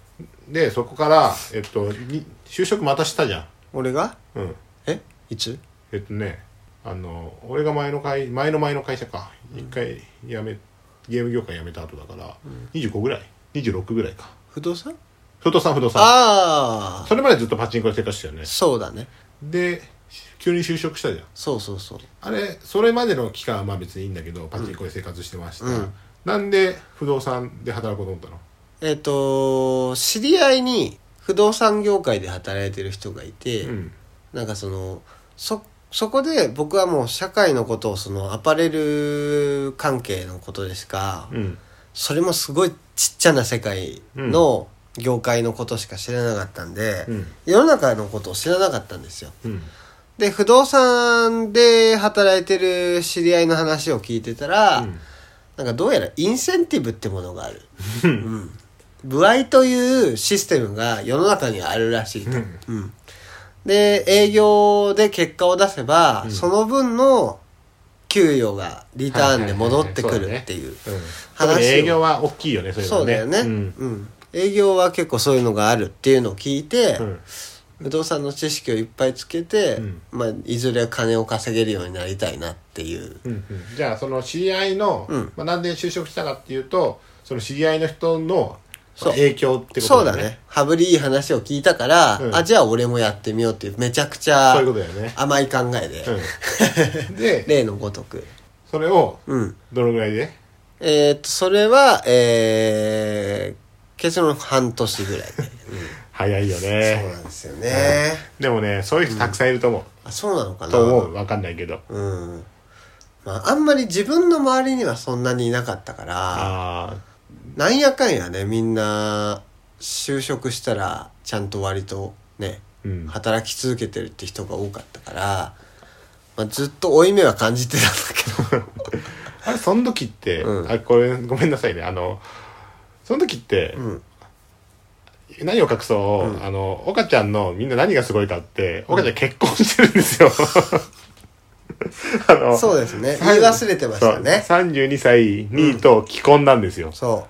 [SPEAKER 1] で、そこから、えっと、に就職またしたじゃ
[SPEAKER 2] 俺が
[SPEAKER 1] ん。うん。
[SPEAKER 2] えいつ
[SPEAKER 1] えっとね、あの、俺が前の会、前の前の会社か。一回辞め、ゲーム業界辞めた後だから、25ぐらい ?26 ぐらいか。
[SPEAKER 2] 不動産
[SPEAKER 1] 不動産不動産。
[SPEAKER 2] ああ
[SPEAKER 1] それまでずっとパチンコで生活してたよね。
[SPEAKER 2] そうだね
[SPEAKER 1] で、急に就職したじゃん。
[SPEAKER 2] そうそうそう
[SPEAKER 1] あれ、それまでの期間はまあ別にいいんだけど、パチンコで生活してました。
[SPEAKER 2] うん
[SPEAKER 1] なんで不動産で働こうと思ったの
[SPEAKER 2] えっ、と知り合いに不動産業界で働いてる人がいて、
[SPEAKER 1] うん。
[SPEAKER 2] なんかそのそそこで僕はもう社会のことをそのアパレル関係のことでしか、
[SPEAKER 1] うん。
[SPEAKER 2] それもすごいちっちゃな世界の業界のことしか知らなかったんで、
[SPEAKER 1] うん
[SPEAKER 2] 世の中のことを知らなかったんですよ。
[SPEAKER 1] うん。
[SPEAKER 2] で不動産で働いてる知り合いの話を聞いてたら、
[SPEAKER 1] うん
[SPEAKER 2] なんかどうやらインセンティブってものがある、うん、歩合というシステムが世の中にはあるらしいと、
[SPEAKER 1] うん
[SPEAKER 2] うんで営業で結果を出せば、
[SPEAKER 1] うん
[SPEAKER 2] その分の給与がリターンで戻ってくるっていう
[SPEAKER 1] うん
[SPEAKER 2] 話を
[SPEAKER 1] 特に営業は大きいよね、そういうの
[SPEAKER 2] そう
[SPEAKER 1] は
[SPEAKER 2] だ
[SPEAKER 1] ね。
[SPEAKER 2] よね、
[SPEAKER 1] うん。
[SPEAKER 2] うん営業は結構そういうのがあるっていうのを聞いて、
[SPEAKER 1] うん
[SPEAKER 2] 不動産の知識をいっぱいつけて、
[SPEAKER 1] うん
[SPEAKER 2] まあ、いずれ金を稼げるようになりたいなっていう、
[SPEAKER 1] うんうんじゃあその知り合いの、
[SPEAKER 2] うん
[SPEAKER 1] まあ、なんで就職したかっていうとその知り合いの人の
[SPEAKER 2] そう
[SPEAKER 1] 影響ってこ
[SPEAKER 2] そ
[SPEAKER 1] と
[SPEAKER 2] うだね羽振りいい話を聞いたから、
[SPEAKER 1] うん
[SPEAKER 2] あじゃあ俺もやってみようっていうめちゃくちゃ
[SPEAKER 1] そういうことだよね
[SPEAKER 2] 甘い考えで、
[SPEAKER 1] うんで
[SPEAKER 2] 例のごとく
[SPEAKER 1] それを
[SPEAKER 2] うん
[SPEAKER 1] どのぐらいで
[SPEAKER 2] えーっとそれはえー、結論半年ぐら いで、
[SPEAKER 1] 早いよ
[SPEAKER 2] そう
[SPEAKER 1] ね
[SPEAKER 2] なんですよね、
[SPEAKER 1] でもねそういう人たくさんいると思う、
[SPEAKER 2] あそうなのかな
[SPEAKER 1] と思う分かんないけど
[SPEAKER 2] うんまあ、あんまり自分の周りにはそんなにいなかったから
[SPEAKER 1] あ
[SPEAKER 2] なんやかんやねみんな就職したらちゃんと割とね、
[SPEAKER 1] うん
[SPEAKER 2] 働き続けてるって人が多かったから、まあ、ずっと負い目は感じてたんだけど
[SPEAKER 1] ああれその時って、
[SPEAKER 2] うん
[SPEAKER 1] あこれごめんなさいねあのその時って、
[SPEAKER 2] うん
[SPEAKER 1] 何を隠そう、あの岡ちゃんのみんな何がすごいかって岡ちゃん結婚してるんです よあの
[SPEAKER 2] そうですね言い忘れてましたね
[SPEAKER 1] そう32歳にと既婚なんですよ、
[SPEAKER 2] そ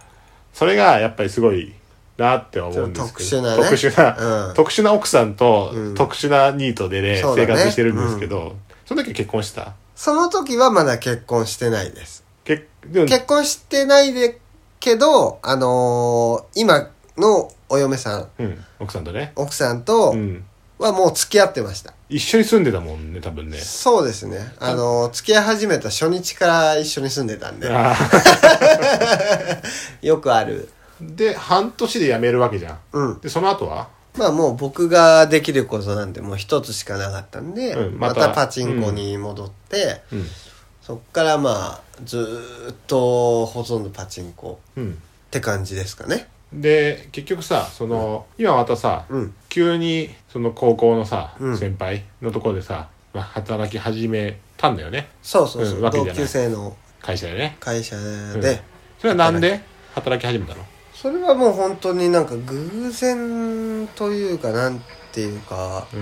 [SPEAKER 1] それがやっぱりすごいなって思うんですけど
[SPEAKER 2] ちょっと特
[SPEAKER 1] 特
[SPEAKER 2] 殊
[SPEAKER 1] 殊
[SPEAKER 2] なね
[SPEAKER 1] な、
[SPEAKER 2] うん
[SPEAKER 1] 特殊な奥さんと、特殊なニートでね
[SPEAKER 2] そうだ
[SPEAKER 1] 生
[SPEAKER 2] ね
[SPEAKER 1] 活してるんですけど、その時結婚した
[SPEAKER 2] うその時はまだ結婚してないです
[SPEAKER 1] 結でも
[SPEAKER 2] 結婚してないでけどあのー今のお嫁さん
[SPEAKER 1] うん、奥さんとね、
[SPEAKER 2] 奥さんと
[SPEAKER 1] うん、
[SPEAKER 2] はもう付き合ってました、
[SPEAKER 1] 一緒に住んでたもんね多分ね
[SPEAKER 2] そうですね。あの、付き合い始めた初日から一緒に住んでたんで、
[SPEAKER 1] あー
[SPEAKER 2] よくある。
[SPEAKER 1] で半年で辞めるわけじゃん
[SPEAKER 2] うん。
[SPEAKER 1] でその後は
[SPEAKER 2] まあもう僕ができることなんてもう一つしかなかったんで、
[SPEAKER 1] うん
[SPEAKER 2] ま
[SPEAKER 1] ま
[SPEAKER 2] た
[SPEAKER 1] た
[SPEAKER 2] パチンコに戻って、
[SPEAKER 1] うん
[SPEAKER 2] そっからまあ、ずーっとほとんどパチンコ
[SPEAKER 1] うん
[SPEAKER 2] って感じですかね。
[SPEAKER 1] で結局さその、今またさ、
[SPEAKER 2] うん
[SPEAKER 1] 急にその高校のさ、
[SPEAKER 2] うん
[SPEAKER 1] 先輩のところでさまあ働き始めたんだよね
[SPEAKER 2] そうそうそう。
[SPEAKER 1] うんわけじゃ
[SPEAKER 2] 同
[SPEAKER 1] ない
[SPEAKER 2] 級生の
[SPEAKER 1] 会社でね
[SPEAKER 2] 会社で、
[SPEAKER 1] うんそれはなんで働き始めたの
[SPEAKER 2] それはもう本当になんか偶然というか、なんていうか、
[SPEAKER 1] う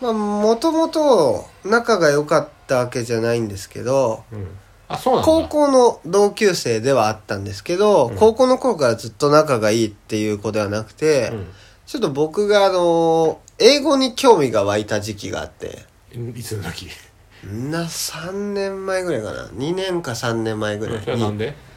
[SPEAKER 2] まあ、もともと仲が良かったわけじゃないんですけど、
[SPEAKER 1] ん、うん、あそうなんだ
[SPEAKER 2] 高校の同級生ではあったんですけど、
[SPEAKER 1] うん
[SPEAKER 2] 高校の頃からずっと仲がいいっていう子ではなくて、ちょっと僕があの、英語に興味が湧いた時期があって、
[SPEAKER 1] うん、いつの時
[SPEAKER 2] んな3年前ぐらいかな。2年か3年前ぐ
[SPEAKER 1] そ
[SPEAKER 2] らい
[SPEAKER 1] れはなん
[SPEAKER 2] に。
[SPEAKER 1] で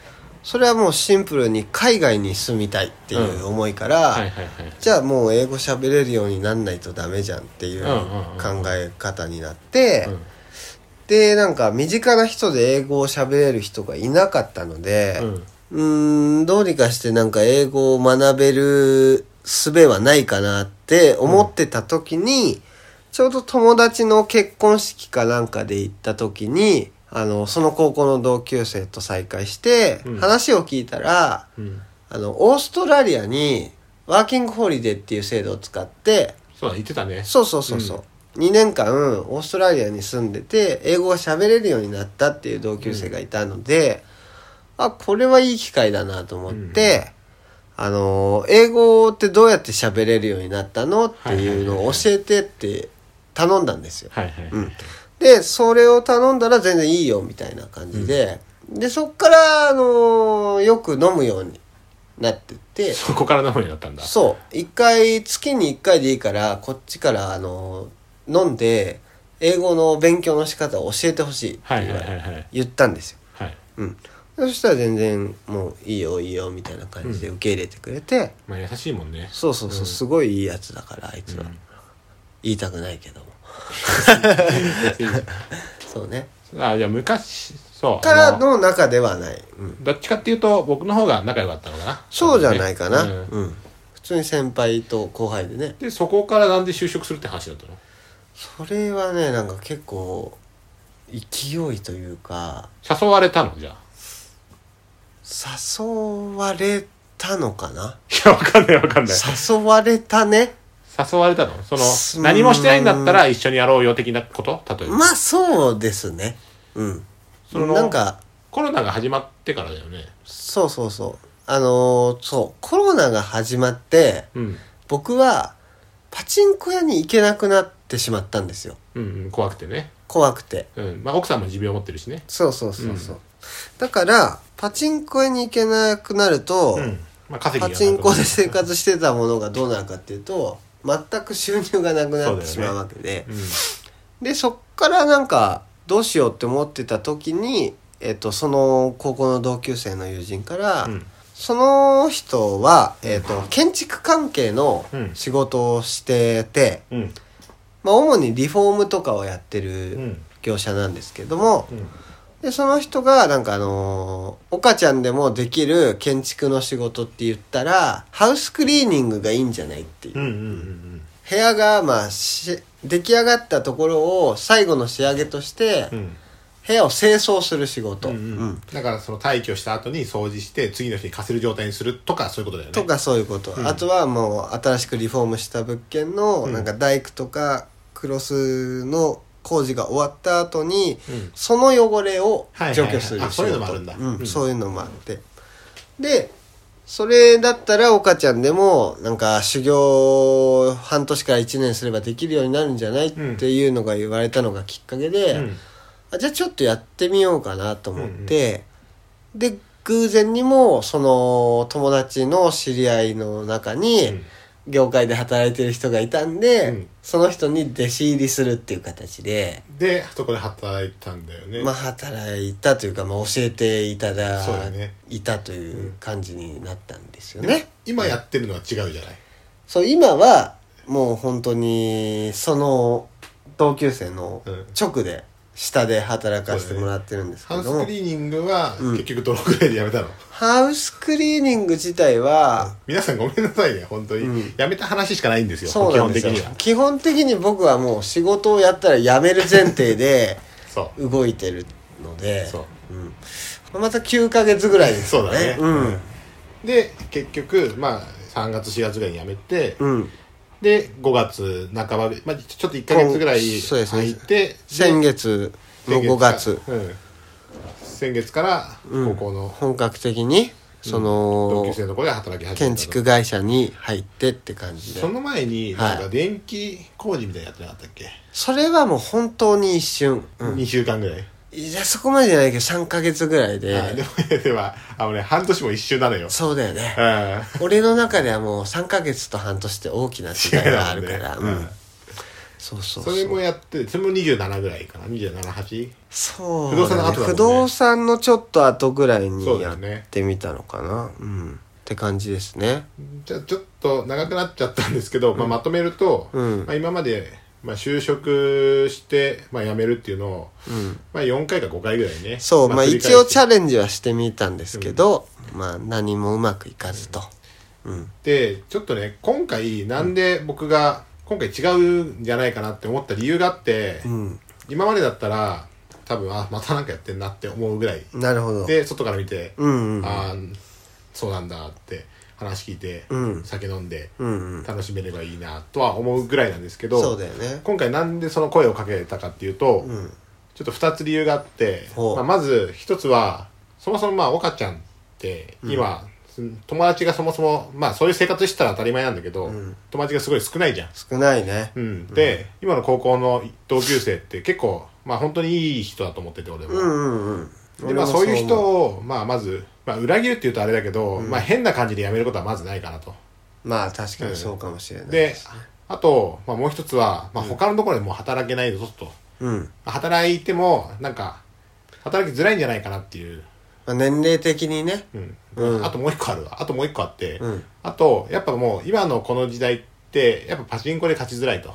[SPEAKER 2] それはもうシンプルに海外に住みたいっていう思いから、
[SPEAKER 1] はいはいはい
[SPEAKER 2] じゃあもう英語喋れるようになんないとダメじゃんっていう
[SPEAKER 1] うんうんうんうん
[SPEAKER 2] 考え方になって、
[SPEAKER 1] うん
[SPEAKER 2] でなんか身近な人で英語を喋れる人がいなかったので
[SPEAKER 1] うん
[SPEAKER 2] うーんどうにかしてなんか英語を学べる術はないかなって思ってた時に、ちょうど友達の結婚式かなんかで行った時にあのその高校の同級生と再会して、
[SPEAKER 1] うん
[SPEAKER 2] 話を聞いたら
[SPEAKER 1] うん
[SPEAKER 2] あのオーストラリアにワーキングホリデーっていう制度を使って
[SPEAKER 1] そうだ言ってたね
[SPEAKER 2] そうそうそうそう、2年間オーストラリアに住んでて英語が喋れるようになったっていう同級生がいたので、あこれはいい機会だなと思って、あの英語ってどうやって喋れるようになったのっていうのを教えてって頼んだんですよ。
[SPEAKER 1] はいはい。
[SPEAKER 2] うん、でそれを頼んだら全然いいよみたいな感じで、でそっから、あのよく飲むようになってって
[SPEAKER 1] そこから飲むようになったんだ。
[SPEAKER 2] そう一回月に一回でいいからこっちから、あの飲んで英語の勉強の仕方を教えてほしいって
[SPEAKER 1] はい
[SPEAKER 2] 言
[SPEAKER 1] はい
[SPEAKER 2] わ
[SPEAKER 1] は
[SPEAKER 2] れ
[SPEAKER 1] いはい。
[SPEAKER 2] 言ったんですよ。
[SPEAKER 1] はい。
[SPEAKER 2] うん、そしたら全然もういいよいいよみたいな感じで受け入れてくれて、
[SPEAKER 1] まあ優しいもんね。
[SPEAKER 2] そうそうそう、
[SPEAKER 1] うん
[SPEAKER 2] すごいいいやつだからあいつは、
[SPEAKER 1] うん
[SPEAKER 2] 言いたくないけどもそうね
[SPEAKER 1] あ、じゃあ昔、そう。
[SPEAKER 2] か
[SPEAKER 1] あ
[SPEAKER 2] ら
[SPEAKER 1] の
[SPEAKER 2] の中ではない、うん、
[SPEAKER 1] どっちかっていうと僕の方が仲良かったのかな
[SPEAKER 2] そうじゃないかな、
[SPEAKER 1] う
[SPEAKER 2] うん
[SPEAKER 1] ん
[SPEAKER 2] 普通に先輩と後輩でね
[SPEAKER 1] でそこからなんで就職するって話だったの
[SPEAKER 2] それはねなんか結構勢いというか
[SPEAKER 1] 誘われたのじゃあ
[SPEAKER 2] 誘われたのかない
[SPEAKER 1] やわかんないわかんない
[SPEAKER 2] 誘われたね
[SPEAKER 1] 誘われたのそ
[SPEAKER 2] す
[SPEAKER 1] の何もしてないんだったら一緒にやろうよ的なこと例えば、
[SPEAKER 2] まあそうですねうん
[SPEAKER 1] その
[SPEAKER 2] なんか
[SPEAKER 1] コロナが始まってからだよね
[SPEAKER 2] そうそうそう。あのーそう、コロナが始まって、
[SPEAKER 1] うん
[SPEAKER 2] 僕はパチンコ屋に行けなくなってしまったんですよ。
[SPEAKER 1] うん、うん、怖くてね、
[SPEAKER 2] 怖くて。
[SPEAKER 1] うんまあ、奥さんも持病持ってるしね
[SPEAKER 2] そうそうそうそう。だから、パチンコ屋に行けなくなると、
[SPEAKER 1] うん、まあ、稼ぎがな
[SPEAKER 2] パ
[SPEAKER 1] く
[SPEAKER 2] チンコで生活してたものがどうなるかっていうと、全く収入がなくなってしまうわけで。
[SPEAKER 1] うん
[SPEAKER 2] で、そっからなんか、どうしようって思ってた時に、えっと、その高校の同級生の友人から、
[SPEAKER 1] うん
[SPEAKER 2] その人は、えっと建築関係の
[SPEAKER 1] うん
[SPEAKER 2] 仕事をしてて、
[SPEAKER 1] うん
[SPEAKER 2] まあ、主にリフォームとかをやって
[SPEAKER 1] う
[SPEAKER 2] る
[SPEAKER 1] ん
[SPEAKER 2] 業者なんですけども、
[SPEAKER 1] うん
[SPEAKER 2] でその人がなんかあのー岡ちゃんでもできる建築の仕事って言ったらハウスクリーニングがいいんじゃないっていう、
[SPEAKER 1] うんうん
[SPEAKER 2] 部屋がまあし出来上がったところを最後の仕上げとして、
[SPEAKER 1] うんうん
[SPEAKER 2] 部屋を清掃する仕事、
[SPEAKER 1] うんう
[SPEAKER 2] うんん、
[SPEAKER 1] だからその退去した後に掃除して次の日に貸せる状態にするとかそういうことだよね
[SPEAKER 2] とかそういうこと、
[SPEAKER 1] うん
[SPEAKER 2] あとはもう新しくリフォームした物件の
[SPEAKER 1] うん
[SPEAKER 2] なんか大工とかクロスの工事が終わった後に
[SPEAKER 1] うん
[SPEAKER 2] その汚れを
[SPEAKER 1] はいはい
[SPEAKER 2] 除
[SPEAKER 1] はい
[SPEAKER 2] 去する
[SPEAKER 1] あ
[SPEAKER 2] 仕
[SPEAKER 1] そういうのもあ
[SPEAKER 2] 事
[SPEAKER 1] るんだ
[SPEAKER 2] う
[SPEAKER 1] うん
[SPEAKER 2] んそういうのもあってでそれだったら岡ちゃんでもなんか修行半年から1年すればできるようになるんじゃないっていうのが言われたのがきっかけで、
[SPEAKER 1] うん
[SPEAKER 2] あじゃあちょっとやってみようかなと思って、で偶然にもその友達の知り合いの中に、
[SPEAKER 1] うん
[SPEAKER 2] 業界で働いてる人がいたんで、
[SPEAKER 1] うん
[SPEAKER 2] その人に弟子入りするっていう形で、
[SPEAKER 1] でそこで働いたんだよね、
[SPEAKER 2] まあ働いたというか、まあ、教えていただ
[SPEAKER 1] そうだね
[SPEAKER 2] いたという感じになったんですよ
[SPEAKER 1] で
[SPEAKER 2] ね。
[SPEAKER 1] も今やってるのは違うじゃない、
[SPEAKER 2] そう今はもう本当にその同級生の
[SPEAKER 1] うん
[SPEAKER 2] 直で下で働かせてもらってるんですけ
[SPEAKER 1] ハ
[SPEAKER 2] ど
[SPEAKER 1] ウス
[SPEAKER 2] も、
[SPEAKER 1] クリーニングは
[SPEAKER 2] うん
[SPEAKER 1] 結局どのくらいでやめたの、
[SPEAKER 2] ハウスクリーニング自体は、
[SPEAKER 1] 皆さんごめんなさいね本当に、
[SPEAKER 2] うん
[SPEAKER 1] やめた話しかないんですよ
[SPEAKER 2] そうなんですよ
[SPEAKER 1] 基本的には
[SPEAKER 2] 基本的に僕はもう仕事をやったら辞める前 提で
[SPEAKER 1] そ
[SPEAKER 2] 動いてるので
[SPEAKER 1] うそう
[SPEAKER 2] うん、また9ヶ月ぐらいです
[SPEAKER 1] そう
[SPEAKER 2] よ
[SPEAKER 1] だね
[SPEAKER 2] ねうん
[SPEAKER 1] で結局まあ3月4月ぐらいにやめて、
[SPEAKER 2] うん
[SPEAKER 1] で5月半ば、まあ、ちょっと1か月ぐらい
[SPEAKER 2] こんそうですね
[SPEAKER 1] 空いて、
[SPEAKER 2] 先月の5月
[SPEAKER 1] からうん先月から高校の
[SPEAKER 2] 本格的にそ
[SPEAKER 1] 同級
[SPEAKER 2] の
[SPEAKER 1] 生のところで働き始めたの
[SPEAKER 2] 建築会社に入ってって感じで
[SPEAKER 1] その前に
[SPEAKER 2] はい
[SPEAKER 1] なんか電気工事みたいなのやってなかったっけ、
[SPEAKER 2] それはもう本当に一瞬、うん、
[SPEAKER 1] 2週間ぐらい
[SPEAKER 2] いやそこまでじゃないけど3ヶ月ぐらいで、
[SPEAKER 1] あでもねではあのね半年も一周なのよ、
[SPEAKER 2] そうだよね
[SPEAKER 1] うん、違
[SPEAKER 2] 俺の中ではもう3ヶ月と半年って大きな違い
[SPEAKER 1] い
[SPEAKER 2] が
[SPEAKER 1] だ
[SPEAKER 2] あ
[SPEAKER 1] も
[SPEAKER 2] る
[SPEAKER 1] んね
[SPEAKER 2] から、
[SPEAKER 1] う
[SPEAKER 2] うんん、そうそう
[SPEAKER 1] そ
[SPEAKER 2] そう
[SPEAKER 1] れもやってそれも27ぐらいかな278
[SPEAKER 2] そう
[SPEAKER 1] 不動産の後だもんね
[SPEAKER 2] 不動産のちょっと後ぐら
[SPEAKER 1] そ
[SPEAKER 2] い
[SPEAKER 1] う
[SPEAKER 2] に
[SPEAKER 1] だよ
[SPEAKER 2] や
[SPEAKER 1] ね
[SPEAKER 2] ってみたのかなうんって感じですね
[SPEAKER 1] じゃあちょっと長くなっちゃったんですけど、まあ、まとめると、
[SPEAKER 2] うん
[SPEAKER 1] まあ、今まで、まあ、就職して、まあ、辞めるっていうのを、
[SPEAKER 2] うん
[SPEAKER 1] まあ、4回か5回ぐらいね
[SPEAKER 2] そうまあ一応チャ
[SPEAKER 1] レ
[SPEAKER 2] レンジはしてみたんですけど、まあ何もうまくいかずとうん
[SPEAKER 1] でちょっとね今回なんで僕が今回違うんじゃないかなって思った理由があって、
[SPEAKER 2] うん、
[SPEAKER 1] 今までだったら多分あまたなんかやってんなって思うぐらい
[SPEAKER 2] なるほど
[SPEAKER 1] で外から見て、
[SPEAKER 2] うんうん
[SPEAKER 1] ああそうなんだって話聞いて、
[SPEAKER 2] うん
[SPEAKER 1] 酒飲んで
[SPEAKER 2] うんうん
[SPEAKER 1] 楽しめればいいなとは思うぐらいなんですけど
[SPEAKER 2] そうだよね
[SPEAKER 1] 今回なんでその声をかけたかっていうと、
[SPEAKER 2] うん
[SPEAKER 1] ちょっと2つ理由があって、
[SPEAKER 2] ほう
[SPEAKER 1] まあ、まず1つはそもそもまあ岡ちゃんって今、友達がそもそも、まあそういう生活してたら当たり前なんだけど、友達がすごい少ないじゃん。
[SPEAKER 2] 少ないね。
[SPEAKER 1] うん、で、今の高校の同級生って結構、まあ本当にいい人だと思ってて、俺も。
[SPEAKER 2] うんうんうん。
[SPEAKER 1] で
[SPEAKER 2] 俺
[SPEAKER 1] ま
[SPEAKER 2] も
[SPEAKER 1] あ、そういう人
[SPEAKER 2] 思
[SPEAKER 1] を、まあ、まず、まあ、裏切るっていうとあれだけど、まあ、変な感じでやめることはまずないかなと。
[SPEAKER 2] まあ確かにそうかもしれない
[SPEAKER 1] で
[SPEAKER 2] ですね。、
[SPEAKER 1] あと、まあ、もう一つは、まあ、他のところでもう働けないぞと。
[SPEAKER 2] うん。
[SPEAKER 1] 働いても、なんか、働きづらいんじゃないかなっていう。
[SPEAKER 2] まあ、年齢的にね。
[SPEAKER 1] うん。
[SPEAKER 2] うん
[SPEAKER 1] あともう一個あるわ。あともう一個あって、
[SPEAKER 2] うん
[SPEAKER 1] あと、やっぱもう、今のこの時代って、やっぱパチンコで勝ちづらいと。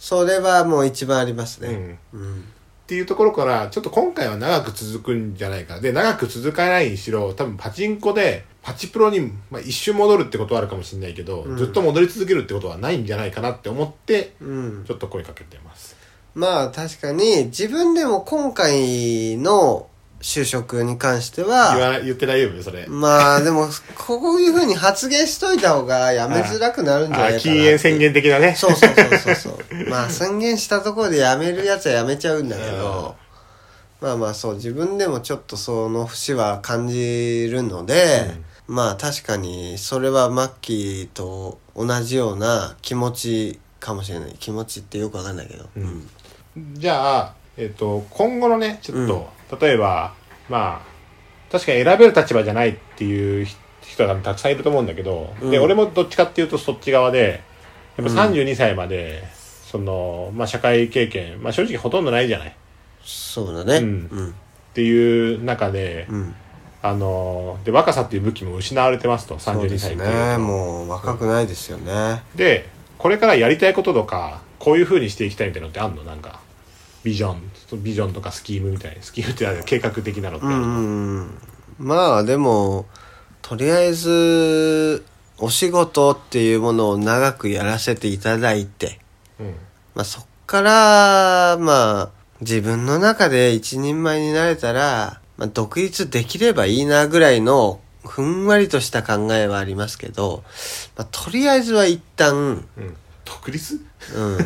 [SPEAKER 2] それはもう一番あります
[SPEAKER 1] う
[SPEAKER 2] ね。
[SPEAKER 1] ん。っ
[SPEAKER 2] うん。
[SPEAKER 1] ていうところから、ちょっと今回は長く続くんじゃないか。で、長く続かないにしろ、多分パチンコで、パチプロに、まあ、一瞬戻るってことはあるかもしれないけど、ずっと戻り続けるってことはないんじゃないかなって思って、
[SPEAKER 2] うん。
[SPEAKER 1] ちょっと声かけてます。
[SPEAKER 2] まあ確かに自分でも今回の就職に関して
[SPEAKER 1] 言
[SPEAKER 2] は、
[SPEAKER 1] わ言って大丈夫それ。
[SPEAKER 2] まあでも、こういうふうに発言しといた方がやめづらくなるんじゃないかな
[SPEAKER 1] あ、
[SPEAKER 2] って
[SPEAKER 1] 禁
[SPEAKER 2] いう。
[SPEAKER 1] 煙宣言的なね。
[SPEAKER 2] そうそうそうそう そう。まあ宣言したところでやめるやつはやめちゃうんだけど、まあまあそう、自分でもちょっとその節は感じるので、まあ確かにそれはマッキーと同じような気持ちかもしれない。気持ちってよくわかんないけど。うん。
[SPEAKER 1] じゃあ、えっと今後のねちょっと、例えばまあ確かに選べる立場じゃないっていうひ人がたくさんいると思うんだけど、
[SPEAKER 2] うん
[SPEAKER 1] で俺もどっちかっていうとそっち側でやっぱ32歳まで、そのまあ、社会経験、まあ、正直ほとんどないじゃないっ
[SPEAKER 2] そうだね。
[SPEAKER 1] うん
[SPEAKER 2] うん。
[SPEAKER 1] ていう中で,、
[SPEAKER 2] うん
[SPEAKER 1] あので若さっていう武器も失われてますと
[SPEAKER 2] そうで
[SPEAKER 1] 32歳
[SPEAKER 2] す
[SPEAKER 1] っていう
[SPEAKER 2] ねもう若くないですよね、
[SPEAKER 1] でこれからやりたいこととかこういうふうにしていきたいみたいなのってあんのなんかビジョンビジョンとかスキームみたいなスキームってあれ計画的なのって
[SPEAKER 2] う
[SPEAKER 1] ある
[SPEAKER 2] ん、うんうんまあでもとりあえずお仕事っていうものを長くやらせていただいて、
[SPEAKER 1] うん
[SPEAKER 2] まあ、そっからまあ自分の中で一人前になれたら、まあ、独立できればいいなぐらいのふんわりとした考えはありますけど、まあ、とりあえずは一旦、
[SPEAKER 1] うん独立、
[SPEAKER 2] うん、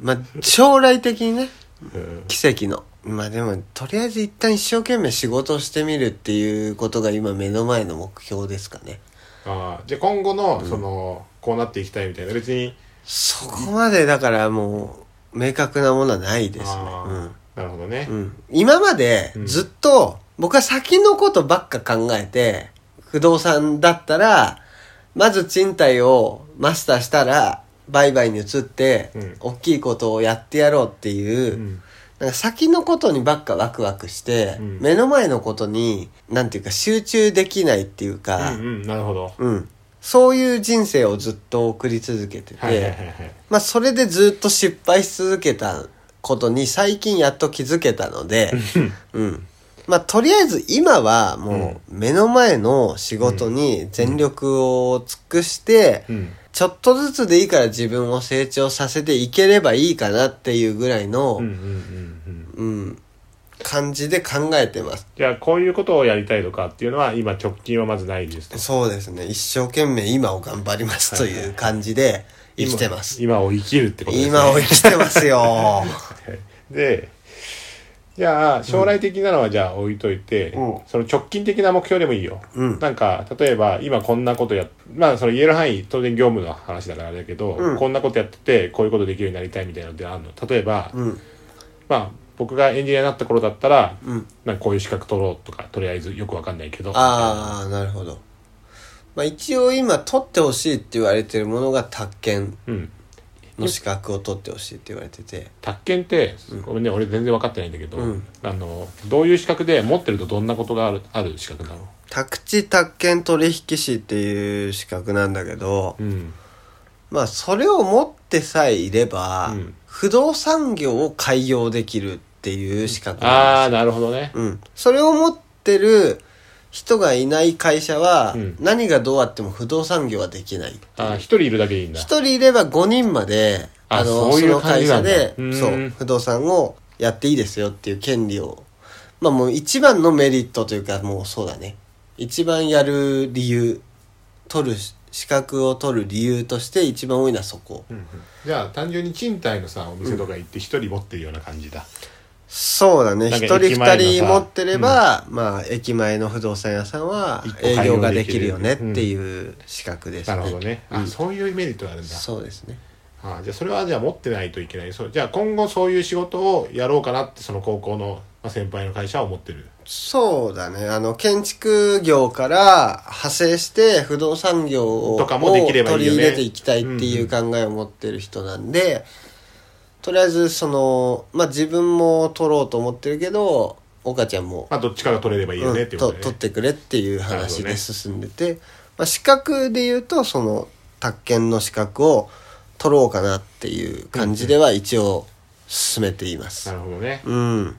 [SPEAKER 2] まあ将来的にね
[SPEAKER 1] うん、
[SPEAKER 2] 奇跡のまあでもとりあえず一旦一生懸命仕事をしてみるっていうことが今目の前の目標ですかね
[SPEAKER 1] ああじゃあ今後のその、こうなっていきたいみたいな別に
[SPEAKER 2] そこまでだからもう明確なものはないですね
[SPEAKER 1] ああなるほどね
[SPEAKER 2] う、ん、うん、今までずっと僕は先のことばっか考えて不動産だったらまず賃貸をマスターしたら売買に移って、
[SPEAKER 1] うん
[SPEAKER 2] 大きいことをやってやろうっていう、
[SPEAKER 1] うん
[SPEAKER 2] なんか先のことにばっかワクワクして、
[SPEAKER 1] うん
[SPEAKER 2] 目の前のことに、なんていうか集中できないっていう
[SPEAKER 1] う
[SPEAKER 2] か、
[SPEAKER 1] んうんなるほど
[SPEAKER 2] うん、そういう人生をずっと送り続けてて、
[SPEAKER 1] はいはいはいはい
[SPEAKER 2] まあそれでずっと失敗し続けたことに最近やっと気づけた ので、うん。まあとりあえず今はもう目の前の仕事に全力を尽くして、
[SPEAKER 1] うん
[SPEAKER 2] ちょっとずつでいいから自分を成長させていければいいかなっていうぐらいの、
[SPEAKER 1] うんうんうんうん
[SPEAKER 2] うん、感じで考えてます。
[SPEAKER 1] じゃあこういうことをやりたいとかっていうのは今直近はまずないですと
[SPEAKER 2] そうですね。一生懸命今を頑張りますという感じで生きてます。
[SPEAKER 1] 今今を生きるってことですね
[SPEAKER 2] 今を生きてます よ。
[SPEAKER 1] でじゃあ将来的なのはじゃあ置いといて、
[SPEAKER 2] うん
[SPEAKER 1] その直近的な目標でもいいよ、
[SPEAKER 2] うん
[SPEAKER 1] なんか例えば今こんなことやっまあその言える範囲当然業務の話だからあれだけど、
[SPEAKER 2] うん
[SPEAKER 1] こんなことやっててこういうことできるようになりたいみたいなのってあるの例えば、
[SPEAKER 2] うん。
[SPEAKER 1] まあ僕がエンジニアになった頃だったら、
[SPEAKER 2] うん。
[SPEAKER 1] なんかこういう資格取ろうとかとりあえずよくわかんないけど
[SPEAKER 2] ああ、なるほど。まあ一応今取ってほしいって言われてるものが宅建
[SPEAKER 1] うん
[SPEAKER 2] の資格を取ってほしいって言われてて。
[SPEAKER 1] 宅建って、ごめんね俺全然分かってないんだけど、
[SPEAKER 2] うん
[SPEAKER 1] あのどういう資格で持ってるとどんなことがあるある資格なの
[SPEAKER 2] 宅地宅建取引士っていう資格なんだけど、
[SPEAKER 1] うん
[SPEAKER 2] まあそれを持ってさえいれば、
[SPEAKER 1] うん
[SPEAKER 2] 不動産業を開業できるっていう資格
[SPEAKER 1] あ
[SPEAKER 2] なん
[SPEAKER 1] あなるほどね
[SPEAKER 2] です、うん、それを持ってる人がいない会社は、
[SPEAKER 1] うん
[SPEAKER 2] 何がどうあっても不動産業はできないっていう
[SPEAKER 1] あ一人いるだけでいいんだ
[SPEAKER 2] 一人いれば5人まで
[SPEAKER 1] あ
[SPEAKER 2] の
[SPEAKER 1] そういう
[SPEAKER 2] の会社で
[SPEAKER 1] 感じなん
[SPEAKER 2] そ
[SPEAKER 1] だう
[SPEAKER 2] うん不動産をやっていいですよっていう権利をまあもう一番のメリットというかもうそうだね一番やる理由取る資格を取る理由として一番多いのはそこ、
[SPEAKER 1] じゃあ単純に賃貸のさお店とか行って一人持ってるような感じだ、
[SPEAKER 2] そうだね
[SPEAKER 1] なん
[SPEAKER 2] 一
[SPEAKER 1] か
[SPEAKER 2] 人
[SPEAKER 1] 駅前のさ
[SPEAKER 2] 二人持ってれば、まあ駅前の不動産屋さんは
[SPEAKER 1] 一個
[SPEAKER 2] 営
[SPEAKER 1] 開
[SPEAKER 2] 業
[SPEAKER 1] 業
[SPEAKER 2] がで
[SPEAKER 1] で
[SPEAKER 2] き
[SPEAKER 1] き
[SPEAKER 2] る
[SPEAKER 1] る
[SPEAKER 2] よねっていう資格です、
[SPEAKER 1] なるほどね、
[SPEAKER 2] う
[SPEAKER 1] あ
[SPEAKER 2] ん
[SPEAKER 1] そういうメリットがあるんだ
[SPEAKER 2] そうですね
[SPEAKER 1] あじゃあそれはじゃあ持ってないといけないそうじゃあ今後そういう仕事をやろうかなってその高校のまあ先輩の会社は思ってる
[SPEAKER 2] そうだねあの建築業から派生して不動産業を
[SPEAKER 1] とかもできればいいよね
[SPEAKER 2] 取り入れていきたいっていう考えを持ってる人なんで、とりあえずそのまあ自分も取ろうと思ってるけど岡ちゃんも
[SPEAKER 1] まあどっちかが取れればいいよねっていうこ
[SPEAKER 2] と
[SPEAKER 1] とで、ね
[SPEAKER 2] 取ってくれっていう話
[SPEAKER 1] な
[SPEAKER 2] で
[SPEAKER 1] るほどね
[SPEAKER 2] 進んでて、まあ、資格で言うとその宅建の資格を取ろうかなっていう感じでは一応進めています
[SPEAKER 1] な、るほどね、
[SPEAKER 2] うん、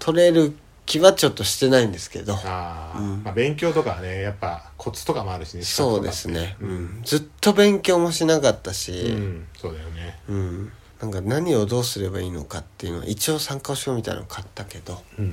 [SPEAKER 2] 取れる気はちょっとしてないんですけど
[SPEAKER 1] ああ、まあ勉強とかはねやっぱコツとかもあるしね
[SPEAKER 2] そうですね、
[SPEAKER 1] うん
[SPEAKER 2] うん、ずっと勉強もしなかった
[SPEAKER 1] う
[SPEAKER 2] し、
[SPEAKER 1] んそうだよね
[SPEAKER 2] うんなんか何をどうすればいいのかっていうのは一応参加をしようみたいなの買ったけど、
[SPEAKER 1] うん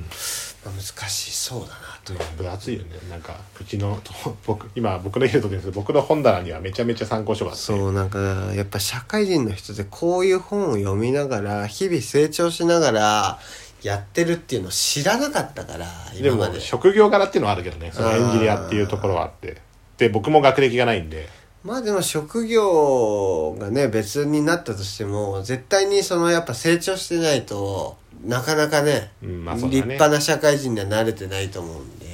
[SPEAKER 2] まあ、難しそうだなという
[SPEAKER 1] 分厚いよねなんかうちのと僕今僕の家のとこですけど僕の本棚にはめちゃめちゃ参考書があって
[SPEAKER 2] そうなんかやっぱ社会人の人ってこういう本を読みながら日々成長しながらやってるっていうのを知らなかったから
[SPEAKER 1] で
[SPEAKER 2] 今ま
[SPEAKER 1] も
[SPEAKER 2] で
[SPEAKER 1] 職業柄っていうのはあるけどねそのエンジニアっていうところはあってで僕も学歴がないんで
[SPEAKER 2] まあでも職業がね別になったとしても絶対にそのやっぱ成長してないとなかなかね,、
[SPEAKER 1] うんまあそうだ
[SPEAKER 2] 立
[SPEAKER 1] ね
[SPEAKER 2] 派な社会人には慣れてないと思うんで、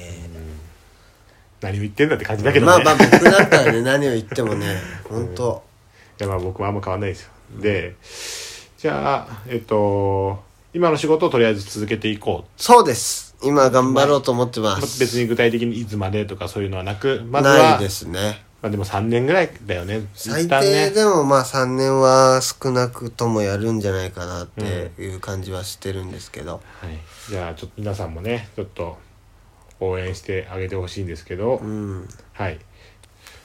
[SPEAKER 1] 何を言ってんだって感じだけどね、
[SPEAKER 2] まあまあ僕だったらね 何を言ってもね本当、
[SPEAKER 1] いやまあ僕もあんま変わんないですよ、でじゃあえっと今の仕事をとりあえず続けていこ
[SPEAKER 2] そうです今頑張ろうと思ってま
[SPEAKER 1] う
[SPEAKER 2] す、
[SPEAKER 1] 別に具体的にいつまでとかそういうのはなくまず
[SPEAKER 2] ない
[SPEAKER 1] は
[SPEAKER 2] ですね
[SPEAKER 1] まあ、でも3年ぐらいだよね
[SPEAKER 2] 最
[SPEAKER 1] 一旦
[SPEAKER 2] 低
[SPEAKER 1] ね
[SPEAKER 2] でもまあ3年は少なくともやるんじゃないかなっていう感じはしてるんですけど、
[SPEAKER 1] はい、じゃあちょっと皆さんもねちょっと応援してあげてほしいんですけど、
[SPEAKER 2] うん、
[SPEAKER 1] はい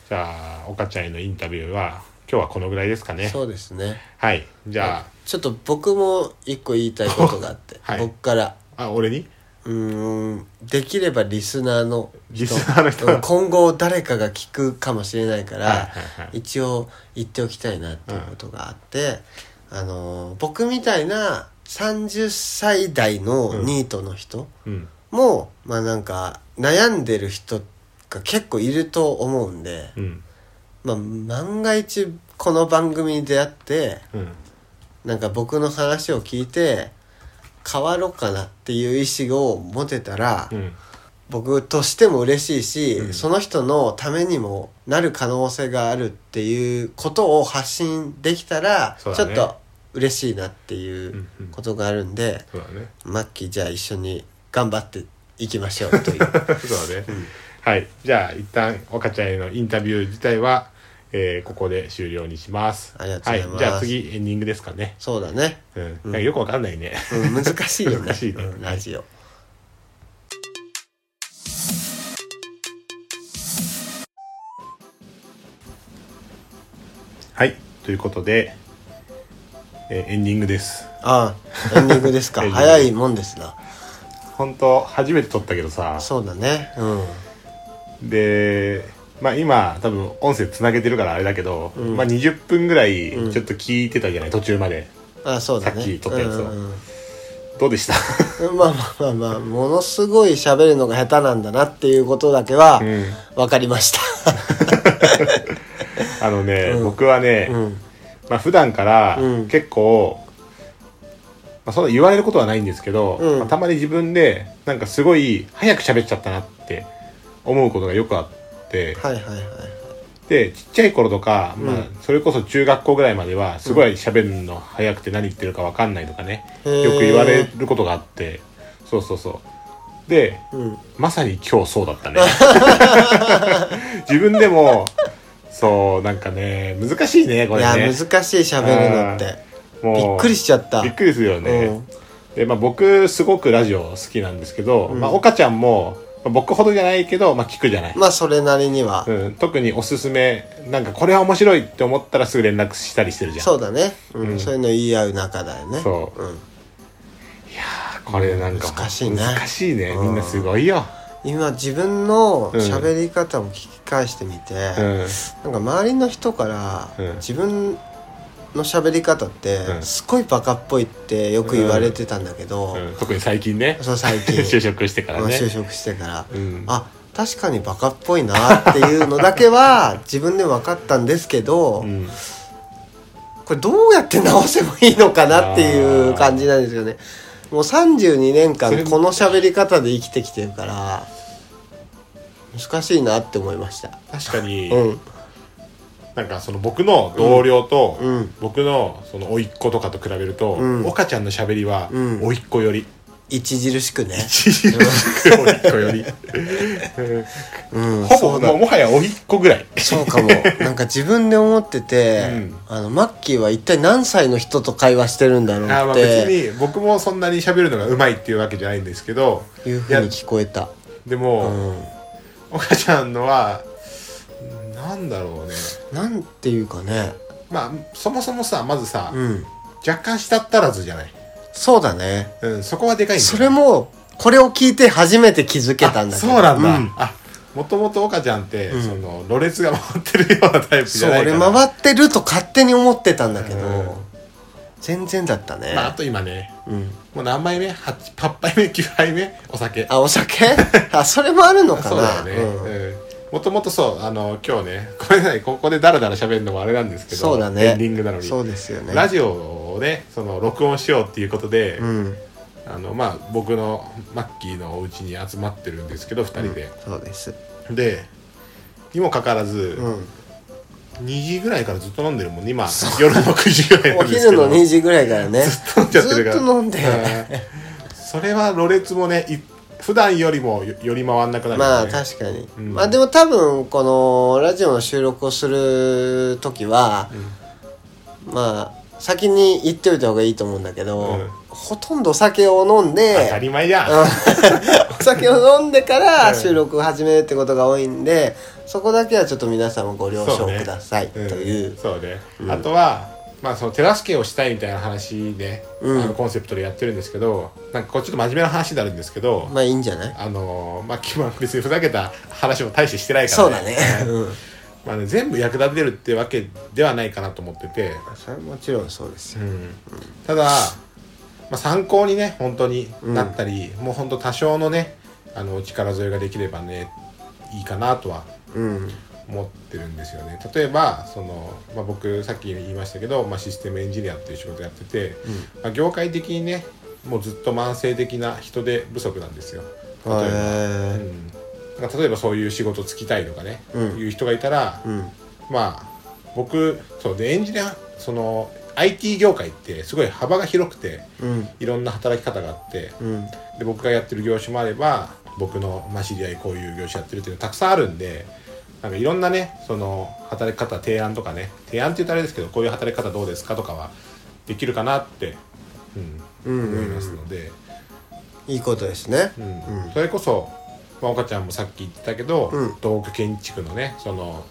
[SPEAKER 1] じゃあ岡ちゃんへのインタビューは今日はこのぐらいですかね
[SPEAKER 2] そうですね
[SPEAKER 1] はいじゃ
[SPEAKER 2] ちょっと僕も一個言いたいことがあって、
[SPEAKER 1] はい
[SPEAKER 2] 僕から
[SPEAKER 1] ああ俺に
[SPEAKER 2] うーんできればリスナーの人
[SPEAKER 1] リスナーの人
[SPEAKER 2] うん今後誰かが聞くかもしれないから、
[SPEAKER 1] はいはいはい
[SPEAKER 2] 一応言っておきたいなっていうことがあって、あのー僕みたいな30歳代のニートの人、
[SPEAKER 1] うん
[SPEAKER 2] もまあなんか悩んでる人が結構いると思うんで、
[SPEAKER 1] うん
[SPEAKER 2] まあ万が一この番組に出会って
[SPEAKER 1] うん
[SPEAKER 2] なんか僕の話を聞いて変わろうかなっていう意思を持てたら、
[SPEAKER 1] うん
[SPEAKER 2] 僕としても嬉しいし、
[SPEAKER 1] うん
[SPEAKER 2] その人のためにもなる可能性があるっていうことを発信できたら、ちょ
[SPEAKER 1] そうだ
[SPEAKER 2] っ
[SPEAKER 1] ね
[SPEAKER 2] と嬉しいなっていうことがあるんで。
[SPEAKER 1] そう だね
[SPEAKER 2] マッキーじゃあ一緒に頑張っていきましょう とい
[SPEAKER 1] そう
[SPEAKER 2] う
[SPEAKER 1] だね、はいじゃあ一旦岡ちゃんへのインタビュー自体は、えーここで終了にします
[SPEAKER 2] ありがとうございます
[SPEAKER 1] はい、じゃあ次エンディングですかね
[SPEAKER 2] そうだね、
[SPEAKER 1] うん、なんかよくわかんないね
[SPEAKER 2] うん、難しいよね
[SPEAKER 1] 難しいね
[SPEAKER 2] うんラジオ
[SPEAKER 1] はいということで、えーエンディングです
[SPEAKER 2] ああエンディングです か
[SPEAKER 1] エンディング
[SPEAKER 2] 早いもんですな
[SPEAKER 1] 本当初めて撮ったけどさ
[SPEAKER 2] そうだねうん
[SPEAKER 1] でまあ今多分音声つなげてるからあれだけど、
[SPEAKER 2] うん
[SPEAKER 1] まあ20分ぐらい
[SPEAKER 2] うん
[SPEAKER 1] ちょっと聞いてたじゃない、途中まで
[SPEAKER 2] ああそうだね
[SPEAKER 1] さっき撮ったやつを
[SPEAKER 2] うんうん
[SPEAKER 1] どうでした
[SPEAKER 2] うんまあまあまあまあものすごい喋るのが下手なんだなっていうことだけは
[SPEAKER 1] うん
[SPEAKER 2] 分かりました
[SPEAKER 1] あのね、
[SPEAKER 2] うん
[SPEAKER 1] 僕はね、
[SPEAKER 2] うん
[SPEAKER 1] まあ普段から
[SPEAKER 2] うん
[SPEAKER 1] 結構、まあ、そんな言われることはないんですけど、
[SPEAKER 2] うん
[SPEAKER 1] まあたまに自分でなんかすごい早く喋っちゃったなって思うことがよくあって、
[SPEAKER 2] はいはいはい
[SPEAKER 1] でちっちゃい頃とか、ま
[SPEAKER 2] う
[SPEAKER 1] あ、それこそ中学校ぐらいまではすごい喋るの早くて何言ってるか分かんないとかね、
[SPEAKER 2] へー
[SPEAKER 1] よく言われることがあってそうそうそうで
[SPEAKER 2] うん
[SPEAKER 1] まさに今日そうだ ったね自分でもそうなんかね難しいねこ
[SPEAKER 2] い
[SPEAKER 1] れ
[SPEAKER 2] や
[SPEAKER 1] ね
[SPEAKER 2] 難しい喋るのってびっくりしちゃった
[SPEAKER 1] びっくりするよね、
[SPEAKER 2] うん
[SPEAKER 1] でまあ、僕すごくラジオ好きなんですけど、
[SPEAKER 2] うん
[SPEAKER 1] まあ、岡ちゃんも、まあ僕ほどじゃないけど、まあ、聞くじゃない、
[SPEAKER 2] まあそれなりには、
[SPEAKER 1] うん、特におすすめなんかこれは面白いって思ったらすぐ連絡したりしてるじゃん
[SPEAKER 2] そうだね、うん
[SPEAKER 1] うん
[SPEAKER 2] そういうの言い合う仲だよね
[SPEAKER 1] そう
[SPEAKER 2] うん
[SPEAKER 1] これなんか
[SPEAKER 2] 難しいね
[SPEAKER 1] 難しいね
[SPEAKER 2] うん
[SPEAKER 1] みんなすごいよ、
[SPEAKER 2] 今自分の喋り方を聞き返してみて、
[SPEAKER 1] うん
[SPEAKER 2] なんか周りの人から
[SPEAKER 1] うん
[SPEAKER 2] 自分の喋り方って
[SPEAKER 1] うん
[SPEAKER 2] すごいバカっぽいってよく言われてたんだけど、
[SPEAKER 1] うん特に最近ね
[SPEAKER 2] そう最近
[SPEAKER 1] 就職してからね
[SPEAKER 2] 就職してから、
[SPEAKER 1] うん
[SPEAKER 2] あ確かにバカっぽいなっていうのだけは 自分で分かったんですけど、
[SPEAKER 1] うん
[SPEAKER 2] これどうやって直せばいいのかなっていう感じなんですよねもう32年
[SPEAKER 1] そ
[SPEAKER 2] 間
[SPEAKER 1] れ
[SPEAKER 2] この喋り方で生きてきてるから難しいなって思いました
[SPEAKER 1] 確かに、
[SPEAKER 2] うん
[SPEAKER 1] なんかその僕の同僚と、
[SPEAKER 2] うんうん
[SPEAKER 1] 僕のその甥っ子とかと比べると、
[SPEAKER 2] ん
[SPEAKER 1] 岡ちゃんの喋りは、
[SPEAKER 2] うん
[SPEAKER 1] 甥っ子より
[SPEAKER 2] 著し くね
[SPEAKER 1] 小さい甥っ子よ り、
[SPEAKER 2] うん
[SPEAKER 1] ほぼもうもはや甥っ子ぐらい
[SPEAKER 2] そうかもなんか自分で思ってて、
[SPEAKER 1] うん
[SPEAKER 2] あのマッキーは一体何歳の人と会話してるんだろう
[SPEAKER 1] あーま
[SPEAKER 2] っ
[SPEAKER 1] あ
[SPEAKER 2] て
[SPEAKER 1] 別に僕もそんなに喋るのがうまいっていうわけじゃないんですけど
[SPEAKER 2] いうふ
[SPEAKER 1] や
[SPEAKER 2] うに聞こえた
[SPEAKER 1] で
[SPEAKER 2] う
[SPEAKER 1] も、
[SPEAKER 2] ん
[SPEAKER 1] 岡ちゃんのはなんだろうね
[SPEAKER 2] なんていうかね
[SPEAKER 1] まあそもそもさまずさ、
[SPEAKER 2] うん
[SPEAKER 1] 若干したったらずじゃない、
[SPEAKER 2] そうだね
[SPEAKER 1] うん、そこはでかいんだよ
[SPEAKER 2] それもこれを聞いて初めて気づけたんだけど
[SPEAKER 1] そうなんだ、
[SPEAKER 2] うん
[SPEAKER 1] あもともと岡ちゃんって、
[SPEAKER 2] ん
[SPEAKER 1] そのろれつが回ってるようなタイプじ
[SPEAKER 2] そ
[SPEAKER 1] ゃ
[SPEAKER 2] う
[SPEAKER 1] ないか
[SPEAKER 2] 俺
[SPEAKER 1] ら
[SPEAKER 2] 回ってると勝手に思ってたんだけど、
[SPEAKER 1] うん
[SPEAKER 2] 全然だったね、
[SPEAKER 1] まあ、あと今ね
[SPEAKER 2] うん、
[SPEAKER 1] もう何杯目 8, 8杯目9杯目お酒
[SPEAKER 2] あ お酒あそれもあるのか
[SPEAKER 1] そうだ
[SPEAKER 2] な
[SPEAKER 1] よね、
[SPEAKER 2] うん
[SPEAKER 1] うんもともとそうあの今日ねごめんなさいここでダラダラ喋るのもあれなんですけど
[SPEAKER 2] そうだね
[SPEAKER 1] エンディングなのに
[SPEAKER 2] そうですよね
[SPEAKER 1] ラジオをねその録音しようっていうことで、
[SPEAKER 2] うん
[SPEAKER 1] あのまあ、僕のマッキーのお家に集まってるんですけど2人で、
[SPEAKER 2] そうです
[SPEAKER 1] でにもかかわらず、
[SPEAKER 2] うん
[SPEAKER 1] 2時ぐらいからずっと飲んでるもんね今夜の9時ぐらい
[SPEAKER 2] お
[SPEAKER 1] なんですけ
[SPEAKER 2] 昼
[SPEAKER 1] ど
[SPEAKER 2] の2時ぐらいからね
[SPEAKER 1] ずっと飲んじゃってるから
[SPEAKER 2] ずっと飲んで、
[SPEAKER 1] うんそれはろれつもねい普段よりもよより回んなくなる
[SPEAKER 2] ま
[SPEAKER 1] よ
[SPEAKER 2] あ
[SPEAKER 1] ね
[SPEAKER 2] 確かに、
[SPEAKER 1] うん
[SPEAKER 2] まあでも多分このラジオの収録をする時は、まあ先に言っておいた方がいいと思うんだけど、
[SPEAKER 1] うん
[SPEAKER 2] ほとんどお酒を飲んで
[SPEAKER 1] 当たり前じゃん、
[SPEAKER 2] お酒を飲んで から
[SPEAKER 1] うん
[SPEAKER 2] 収録を始めるってことが多いんでそこだけはちょっと皆さんもご了承
[SPEAKER 1] そうね
[SPEAKER 2] くださいと
[SPEAKER 1] ん
[SPEAKER 2] いう
[SPEAKER 1] そうね、
[SPEAKER 2] うん
[SPEAKER 1] あとはまあその手助けをしたいみたいな話ね、
[SPEAKER 2] うん
[SPEAKER 1] あのコンセプトでやってるんですけどなんかこれちょっと真面目な話になるんですけど、
[SPEAKER 2] まあいいんじゃない
[SPEAKER 1] あのーまあ基本別にふざけた話も大してしてないから、
[SPEAKER 2] そうだねうん
[SPEAKER 1] まあね全部役立てるってわけではないかなと思ってて、
[SPEAKER 2] それはもちろんそうですよ
[SPEAKER 1] ただ、まあ、参考にね本当になったり、もう本当多少のねあのお力添えができればねいいかなとは
[SPEAKER 2] うん
[SPEAKER 1] 思ってるんですよね例えばその、まあ、僕さっき言いましたけど、まあ、システムエンジニアっていう仕事やってて、まあ、業界的にねもうずっと慢性的な人手不足なんですよ。
[SPEAKER 2] へ
[SPEAKER 1] 例えば
[SPEAKER 2] え
[SPEAKER 1] うんなんか例えばそういう仕事つきたいとかね、
[SPEAKER 2] うん
[SPEAKER 1] いう人がいたら、
[SPEAKER 2] うん
[SPEAKER 1] まあ僕そうでエンジニアその IT 業界ってすごい幅が広くて
[SPEAKER 2] うん
[SPEAKER 1] いろんな働き方があって
[SPEAKER 2] うん
[SPEAKER 1] で僕がやってる業種もあれば僕の、まあ、知り合いこういう業種やってるっていうのたくさんあるんでなんかいろんなねその働き方提案とかね提案って言うとあれですけどこういう働き方どうですかとかはできるかなって、うん
[SPEAKER 2] うんうんうん
[SPEAKER 1] 思いますので、
[SPEAKER 2] いいことですね
[SPEAKER 1] う
[SPEAKER 2] うんん
[SPEAKER 1] それこそ、まあ、岡ちゃんもさっき言ってたけど、
[SPEAKER 2] うん
[SPEAKER 1] 道具建築のねその、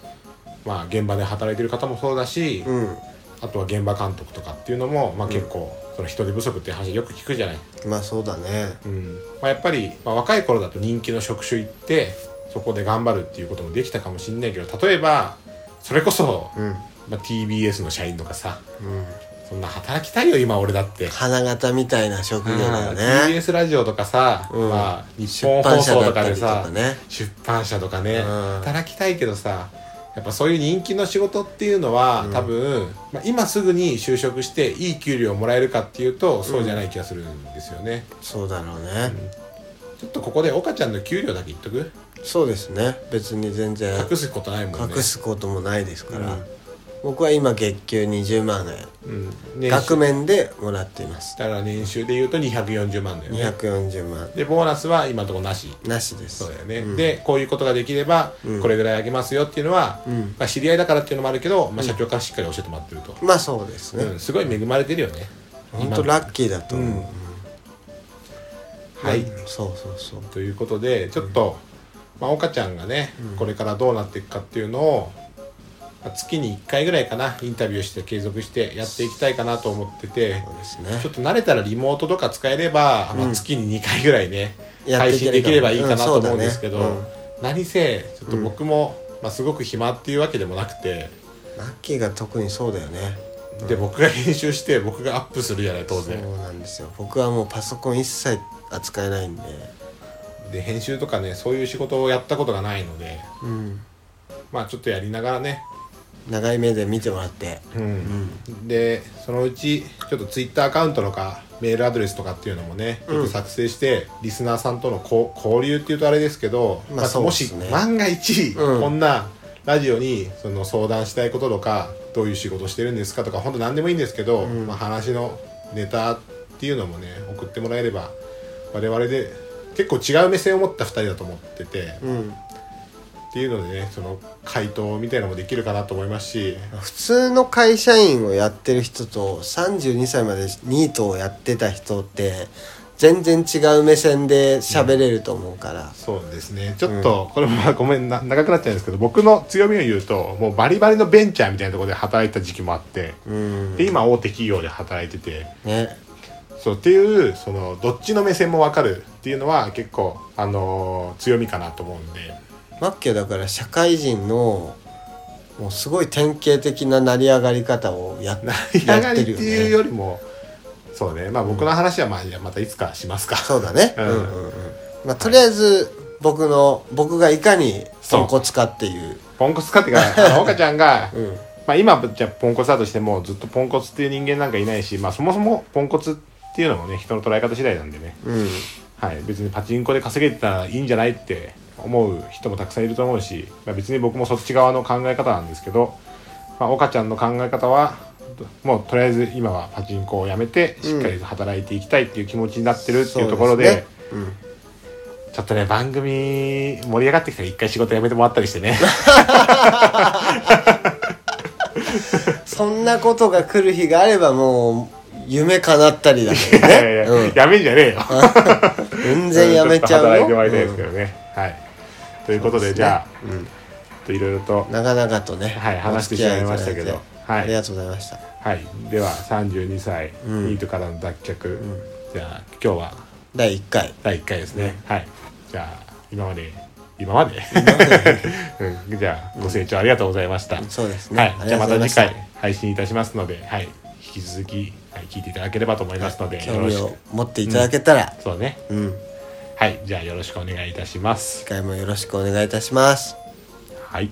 [SPEAKER 1] まあ、現場で働いてる方もそうだし、
[SPEAKER 2] うん
[SPEAKER 1] あとは現場監督とかっていうのも、まあ、結構、その人手不足っていう話よく聞くじゃない、
[SPEAKER 2] まあそうだね
[SPEAKER 1] うんまあ、やっぱり、まあ、若い頃だと人気の職種行ってそこで頑張るっていうこともできたかもしんないけど例えばそれこそ、
[SPEAKER 2] うん
[SPEAKER 1] まあ、TBS の社員とかさ
[SPEAKER 2] うん
[SPEAKER 1] そんな働きたいよ今俺だって。
[SPEAKER 2] 花形みたいな職業だ
[SPEAKER 1] うん
[SPEAKER 2] ね
[SPEAKER 1] TBS ラジオとかさ、
[SPEAKER 2] う
[SPEAKER 1] ま
[SPEAKER 2] ん
[SPEAKER 1] あ、日
[SPEAKER 2] 出
[SPEAKER 1] 本
[SPEAKER 2] 版
[SPEAKER 1] 放
[SPEAKER 2] 社
[SPEAKER 1] 送
[SPEAKER 2] だ
[SPEAKER 1] と
[SPEAKER 2] った
[SPEAKER 1] か
[SPEAKER 2] り
[SPEAKER 1] で
[SPEAKER 2] と
[SPEAKER 1] さ
[SPEAKER 2] かね
[SPEAKER 1] 出版社とかね、
[SPEAKER 2] うん
[SPEAKER 1] 働きたいけどさやっぱそういう人気の仕事っていうのは、多分、まあ、今すぐに就職していい給料もらえるかっていうとそうじゃない気がするんですよね、
[SPEAKER 2] そうだろうね
[SPEAKER 1] ちょっとここで岡ちゃんの給料だけ言っとく
[SPEAKER 2] そうですね別に全然
[SPEAKER 1] 隠すことないもんね
[SPEAKER 2] 隠すこともないですから、
[SPEAKER 1] うん
[SPEAKER 2] 僕は今月給20万円
[SPEAKER 1] うん年収
[SPEAKER 2] 額面でもらっています
[SPEAKER 1] だから年収で言うと240万だよね
[SPEAKER 2] 240万
[SPEAKER 1] でボーナスは今のところなし
[SPEAKER 2] なしです
[SPEAKER 1] そうだよね、でこういうことができればこれぐらいあげますよっていうのは、まあ、知り合いだからっていうのもあるけど、まあ、社長からしっかり教えてもらってると、
[SPEAKER 2] まあそうです
[SPEAKER 1] う
[SPEAKER 2] ね、
[SPEAKER 1] んすごい恵まれてるよね
[SPEAKER 2] 本当ラッキーだと思う、
[SPEAKER 1] うんはい、
[SPEAKER 2] そうそうそう
[SPEAKER 1] ということでちょっと、まあ、岡ちゃんがね、これからどうなっていくかっていうのを、まあ月に1回ぐらいかなインタビューして継続してやっていきたいかなと思ってて
[SPEAKER 2] そうです
[SPEAKER 1] ちょっと
[SPEAKER 2] ね
[SPEAKER 1] 慣れたらリモートとか使えれば、まあ、月に2回ぐらいね、
[SPEAKER 2] や
[SPEAKER 1] 配
[SPEAKER 2] っていけ
[SPEAKER 1] 信
[SPEAKER 2] る
[SPEAKER 1] でき
[SPEAKER 2] かも
[SPEAKER 1] ればいいかなと思うんですけど、
[SPEAKER 2] うんそうだね
[SPEAKER 1] 何せちょっと僕も、まあ、すごく暇っていうわけでもなくて、
[SPEAKER 2] ラッキーが特にそうだよね
[SPEAKER 1] で僕が編集して僕がアップするじゃない当然
[SPEAKER 2] そうなんですよ僕はもうパソコン一切扱えないんで
[SPEAKER 1] で編集とかねそういう仕事をやったことがないので
[SPEAKER 2] うん
[SPEAKER 1] まあちょっとやりながらね、
[SPEAKER 2] 長い目で見てもらって
[SPEAKER 1] でそのうちちょっとツイッターアカウントとかメールアドレスとかっていうのもね、ちょっと作成してリスナーさんとのこう交流っていうとあれですけど、
[SPEAKER 2] まあ
[SPEAKER 1] まあ
[SPEAKER 2] そうで
[SPEAKER 1] も
[SPEAKER 2] す
[SPEAKER 1] し
[SPEAKER 2] ね
[SPEAKER 1] 万が一、
[SPEAKER 2] うん
[SPEAKER 1] こんなラジオにその相談したいこととかどういう仕事してるんですかとか本当何でもいいんですけど、まあ、話のネタっていうのもね送ってもらえれば我々で結構違う目線を持った2人だと思ってて。
[SPEAKER 2] うん
[SPEAKER 1] っていうのでねその回答みたいなのもできるかなと思いますし
[SPEAKER 2] 普通の会社員をやってる人と32歳までニートをやってた人って全然違う目線で喋れると思うから、
[SPEAKER 1] そうですねちょっと、これもまあごめんな長くなっちゃうんですけど僕の強みを言うともうバリバリのベンチャーみたいなところで働いてた時期もあって、
[SPEAKER 2] うん
[SPEAKER 1] で今大手企業で働いてて
[SPEAKER 2] ね
[SPEAKER 1] そうっていうそのどっちの目線も分かるっていうのは結構、あのー強みかなと思うんで
[SPEAKER 2] マッキーはだから社会人のもうすごい典型的な成り上がり方をやっ
[SPEAKER 1] 嫌
[SPEAKER 2] や
[SPEAKER 1] が
[SPEAKER 2] っ
[SPEAKER 1] り
[SPEAKER 2] て
[SPEAKER 1] って
[SPEAKER 2] るよ
[SPEAKER 1] いう
[SPEAKER 2] ね
[SPEAKER 1] よりもそうねまあ僕の話はまあ、いやまたいつかしますか。
[SPEAKER 2] そうだね、
[SPEAKER 1] うん
[SPEAKER 2] うんうんうんまあ、とりあえず僕の僕がいかに豚骨かっていう
[SPEAKER 1] ポンコツかってか、あの岡ちゃんが、
[SPEAKER 2] ん
[SPEAKER 1] まあ今、じゃあポンコツだとしても、ずっとポンコツっていう人間なんかいないし、まあそもそもポンコツっていうのもね、人の捉え方次第なんでね、
[SPEAKER 2] うん
[SPEAKER 1] はい、別にパチンコで稼げてたらいいんじゃないって思う人もたくさんいると思うし、まあ、別に僕もそっち側の考え方なんですけど、まあ岡ちゃんの考え方は、もうとりあえず今はパチンコをやめて、しっかりと働いていきたいっていう気持ちになってるっていうところで、
[SPEAKER 2] そうすねうん
[SPEAKER 1] ちょっとね、番組盛り上がってきたら一回仕事辞めてもらったりしてね。
[SPEAKER 2] そんなことが来る日があればもう夢叶ったりだ け
[SPEAKER 1] い
[SPEAKER 2] ど
[SPEAKER 1] やいや
[SPEAKER 2] ね
[SPEAKER 1] いや、やめんじゃねえよ。
[SPEAKER 2] 全然やめちゃう
[SPEAKER 1] 働い
[SPEAKER 2] よ
[SPEAKER 1] てもらいたいで
[SPEAKER 2] う
[SPEAKER 1] すけ
[SPEAKER 2] ん
[SPEAKER 1] どね。はい。ということで、じゃあ、といろいろと、
[SPEAKER 2] 長々とね
[SPEAKER 1] はい話してしまいましたけど
[SPEAKER 2] お付き合いいただいて
[SPEAKER 1] はい
[SPEAKER 2] ありがとうございました
[SPEAKER 1] はい。では、32歳、ニートからの脱却。じゃあ、今日は
[SPEAKER 2] 第1回
[SPEAKER 1] 第1回ですね。はい。じゃあ、今まで、今まで うん、じゃあ、ご清聴ありがとうございました。
[SPEAKER 2] そうです
[SPEAKER 1] は
[SPEAKER 2] ね
[SPEAKER 1] い。
[SPEAKER 2] あり
[SPEAKER 1] じゃ
[SPEAKER 2] が
[SPEAKER 1] あ、
[SPEAKER 2] と
[SPEAKER 1] ま
[SPEAKER 2] うござ
[SPEAKER 1] た
[SPEAKER 2] いま
[SPEAKER 1] 次
[SPEAKER 2] した
[SPEAKER 1] 回配信いたしますので、はい。引き続き、はい、聞いていただければと思いますので、よ
[SPEAKER 2] 興
[SPEAKER 1] ろ
[SPEAKER 2] 味
[SPEAKER 1] し
[SPEAKER 2] を
[SPEAKER 1] く。
[SPEAKER 2] 持っていただけたら
[SPEAKER 1] そうね。
[SPEAKER 2] うん
[SPEAKER 1] はい。じゃあ、よろしくお願いいたします
[SPEAKER 2] 次。回もよろしくお願いいたします
[SPEAKER 1] はい。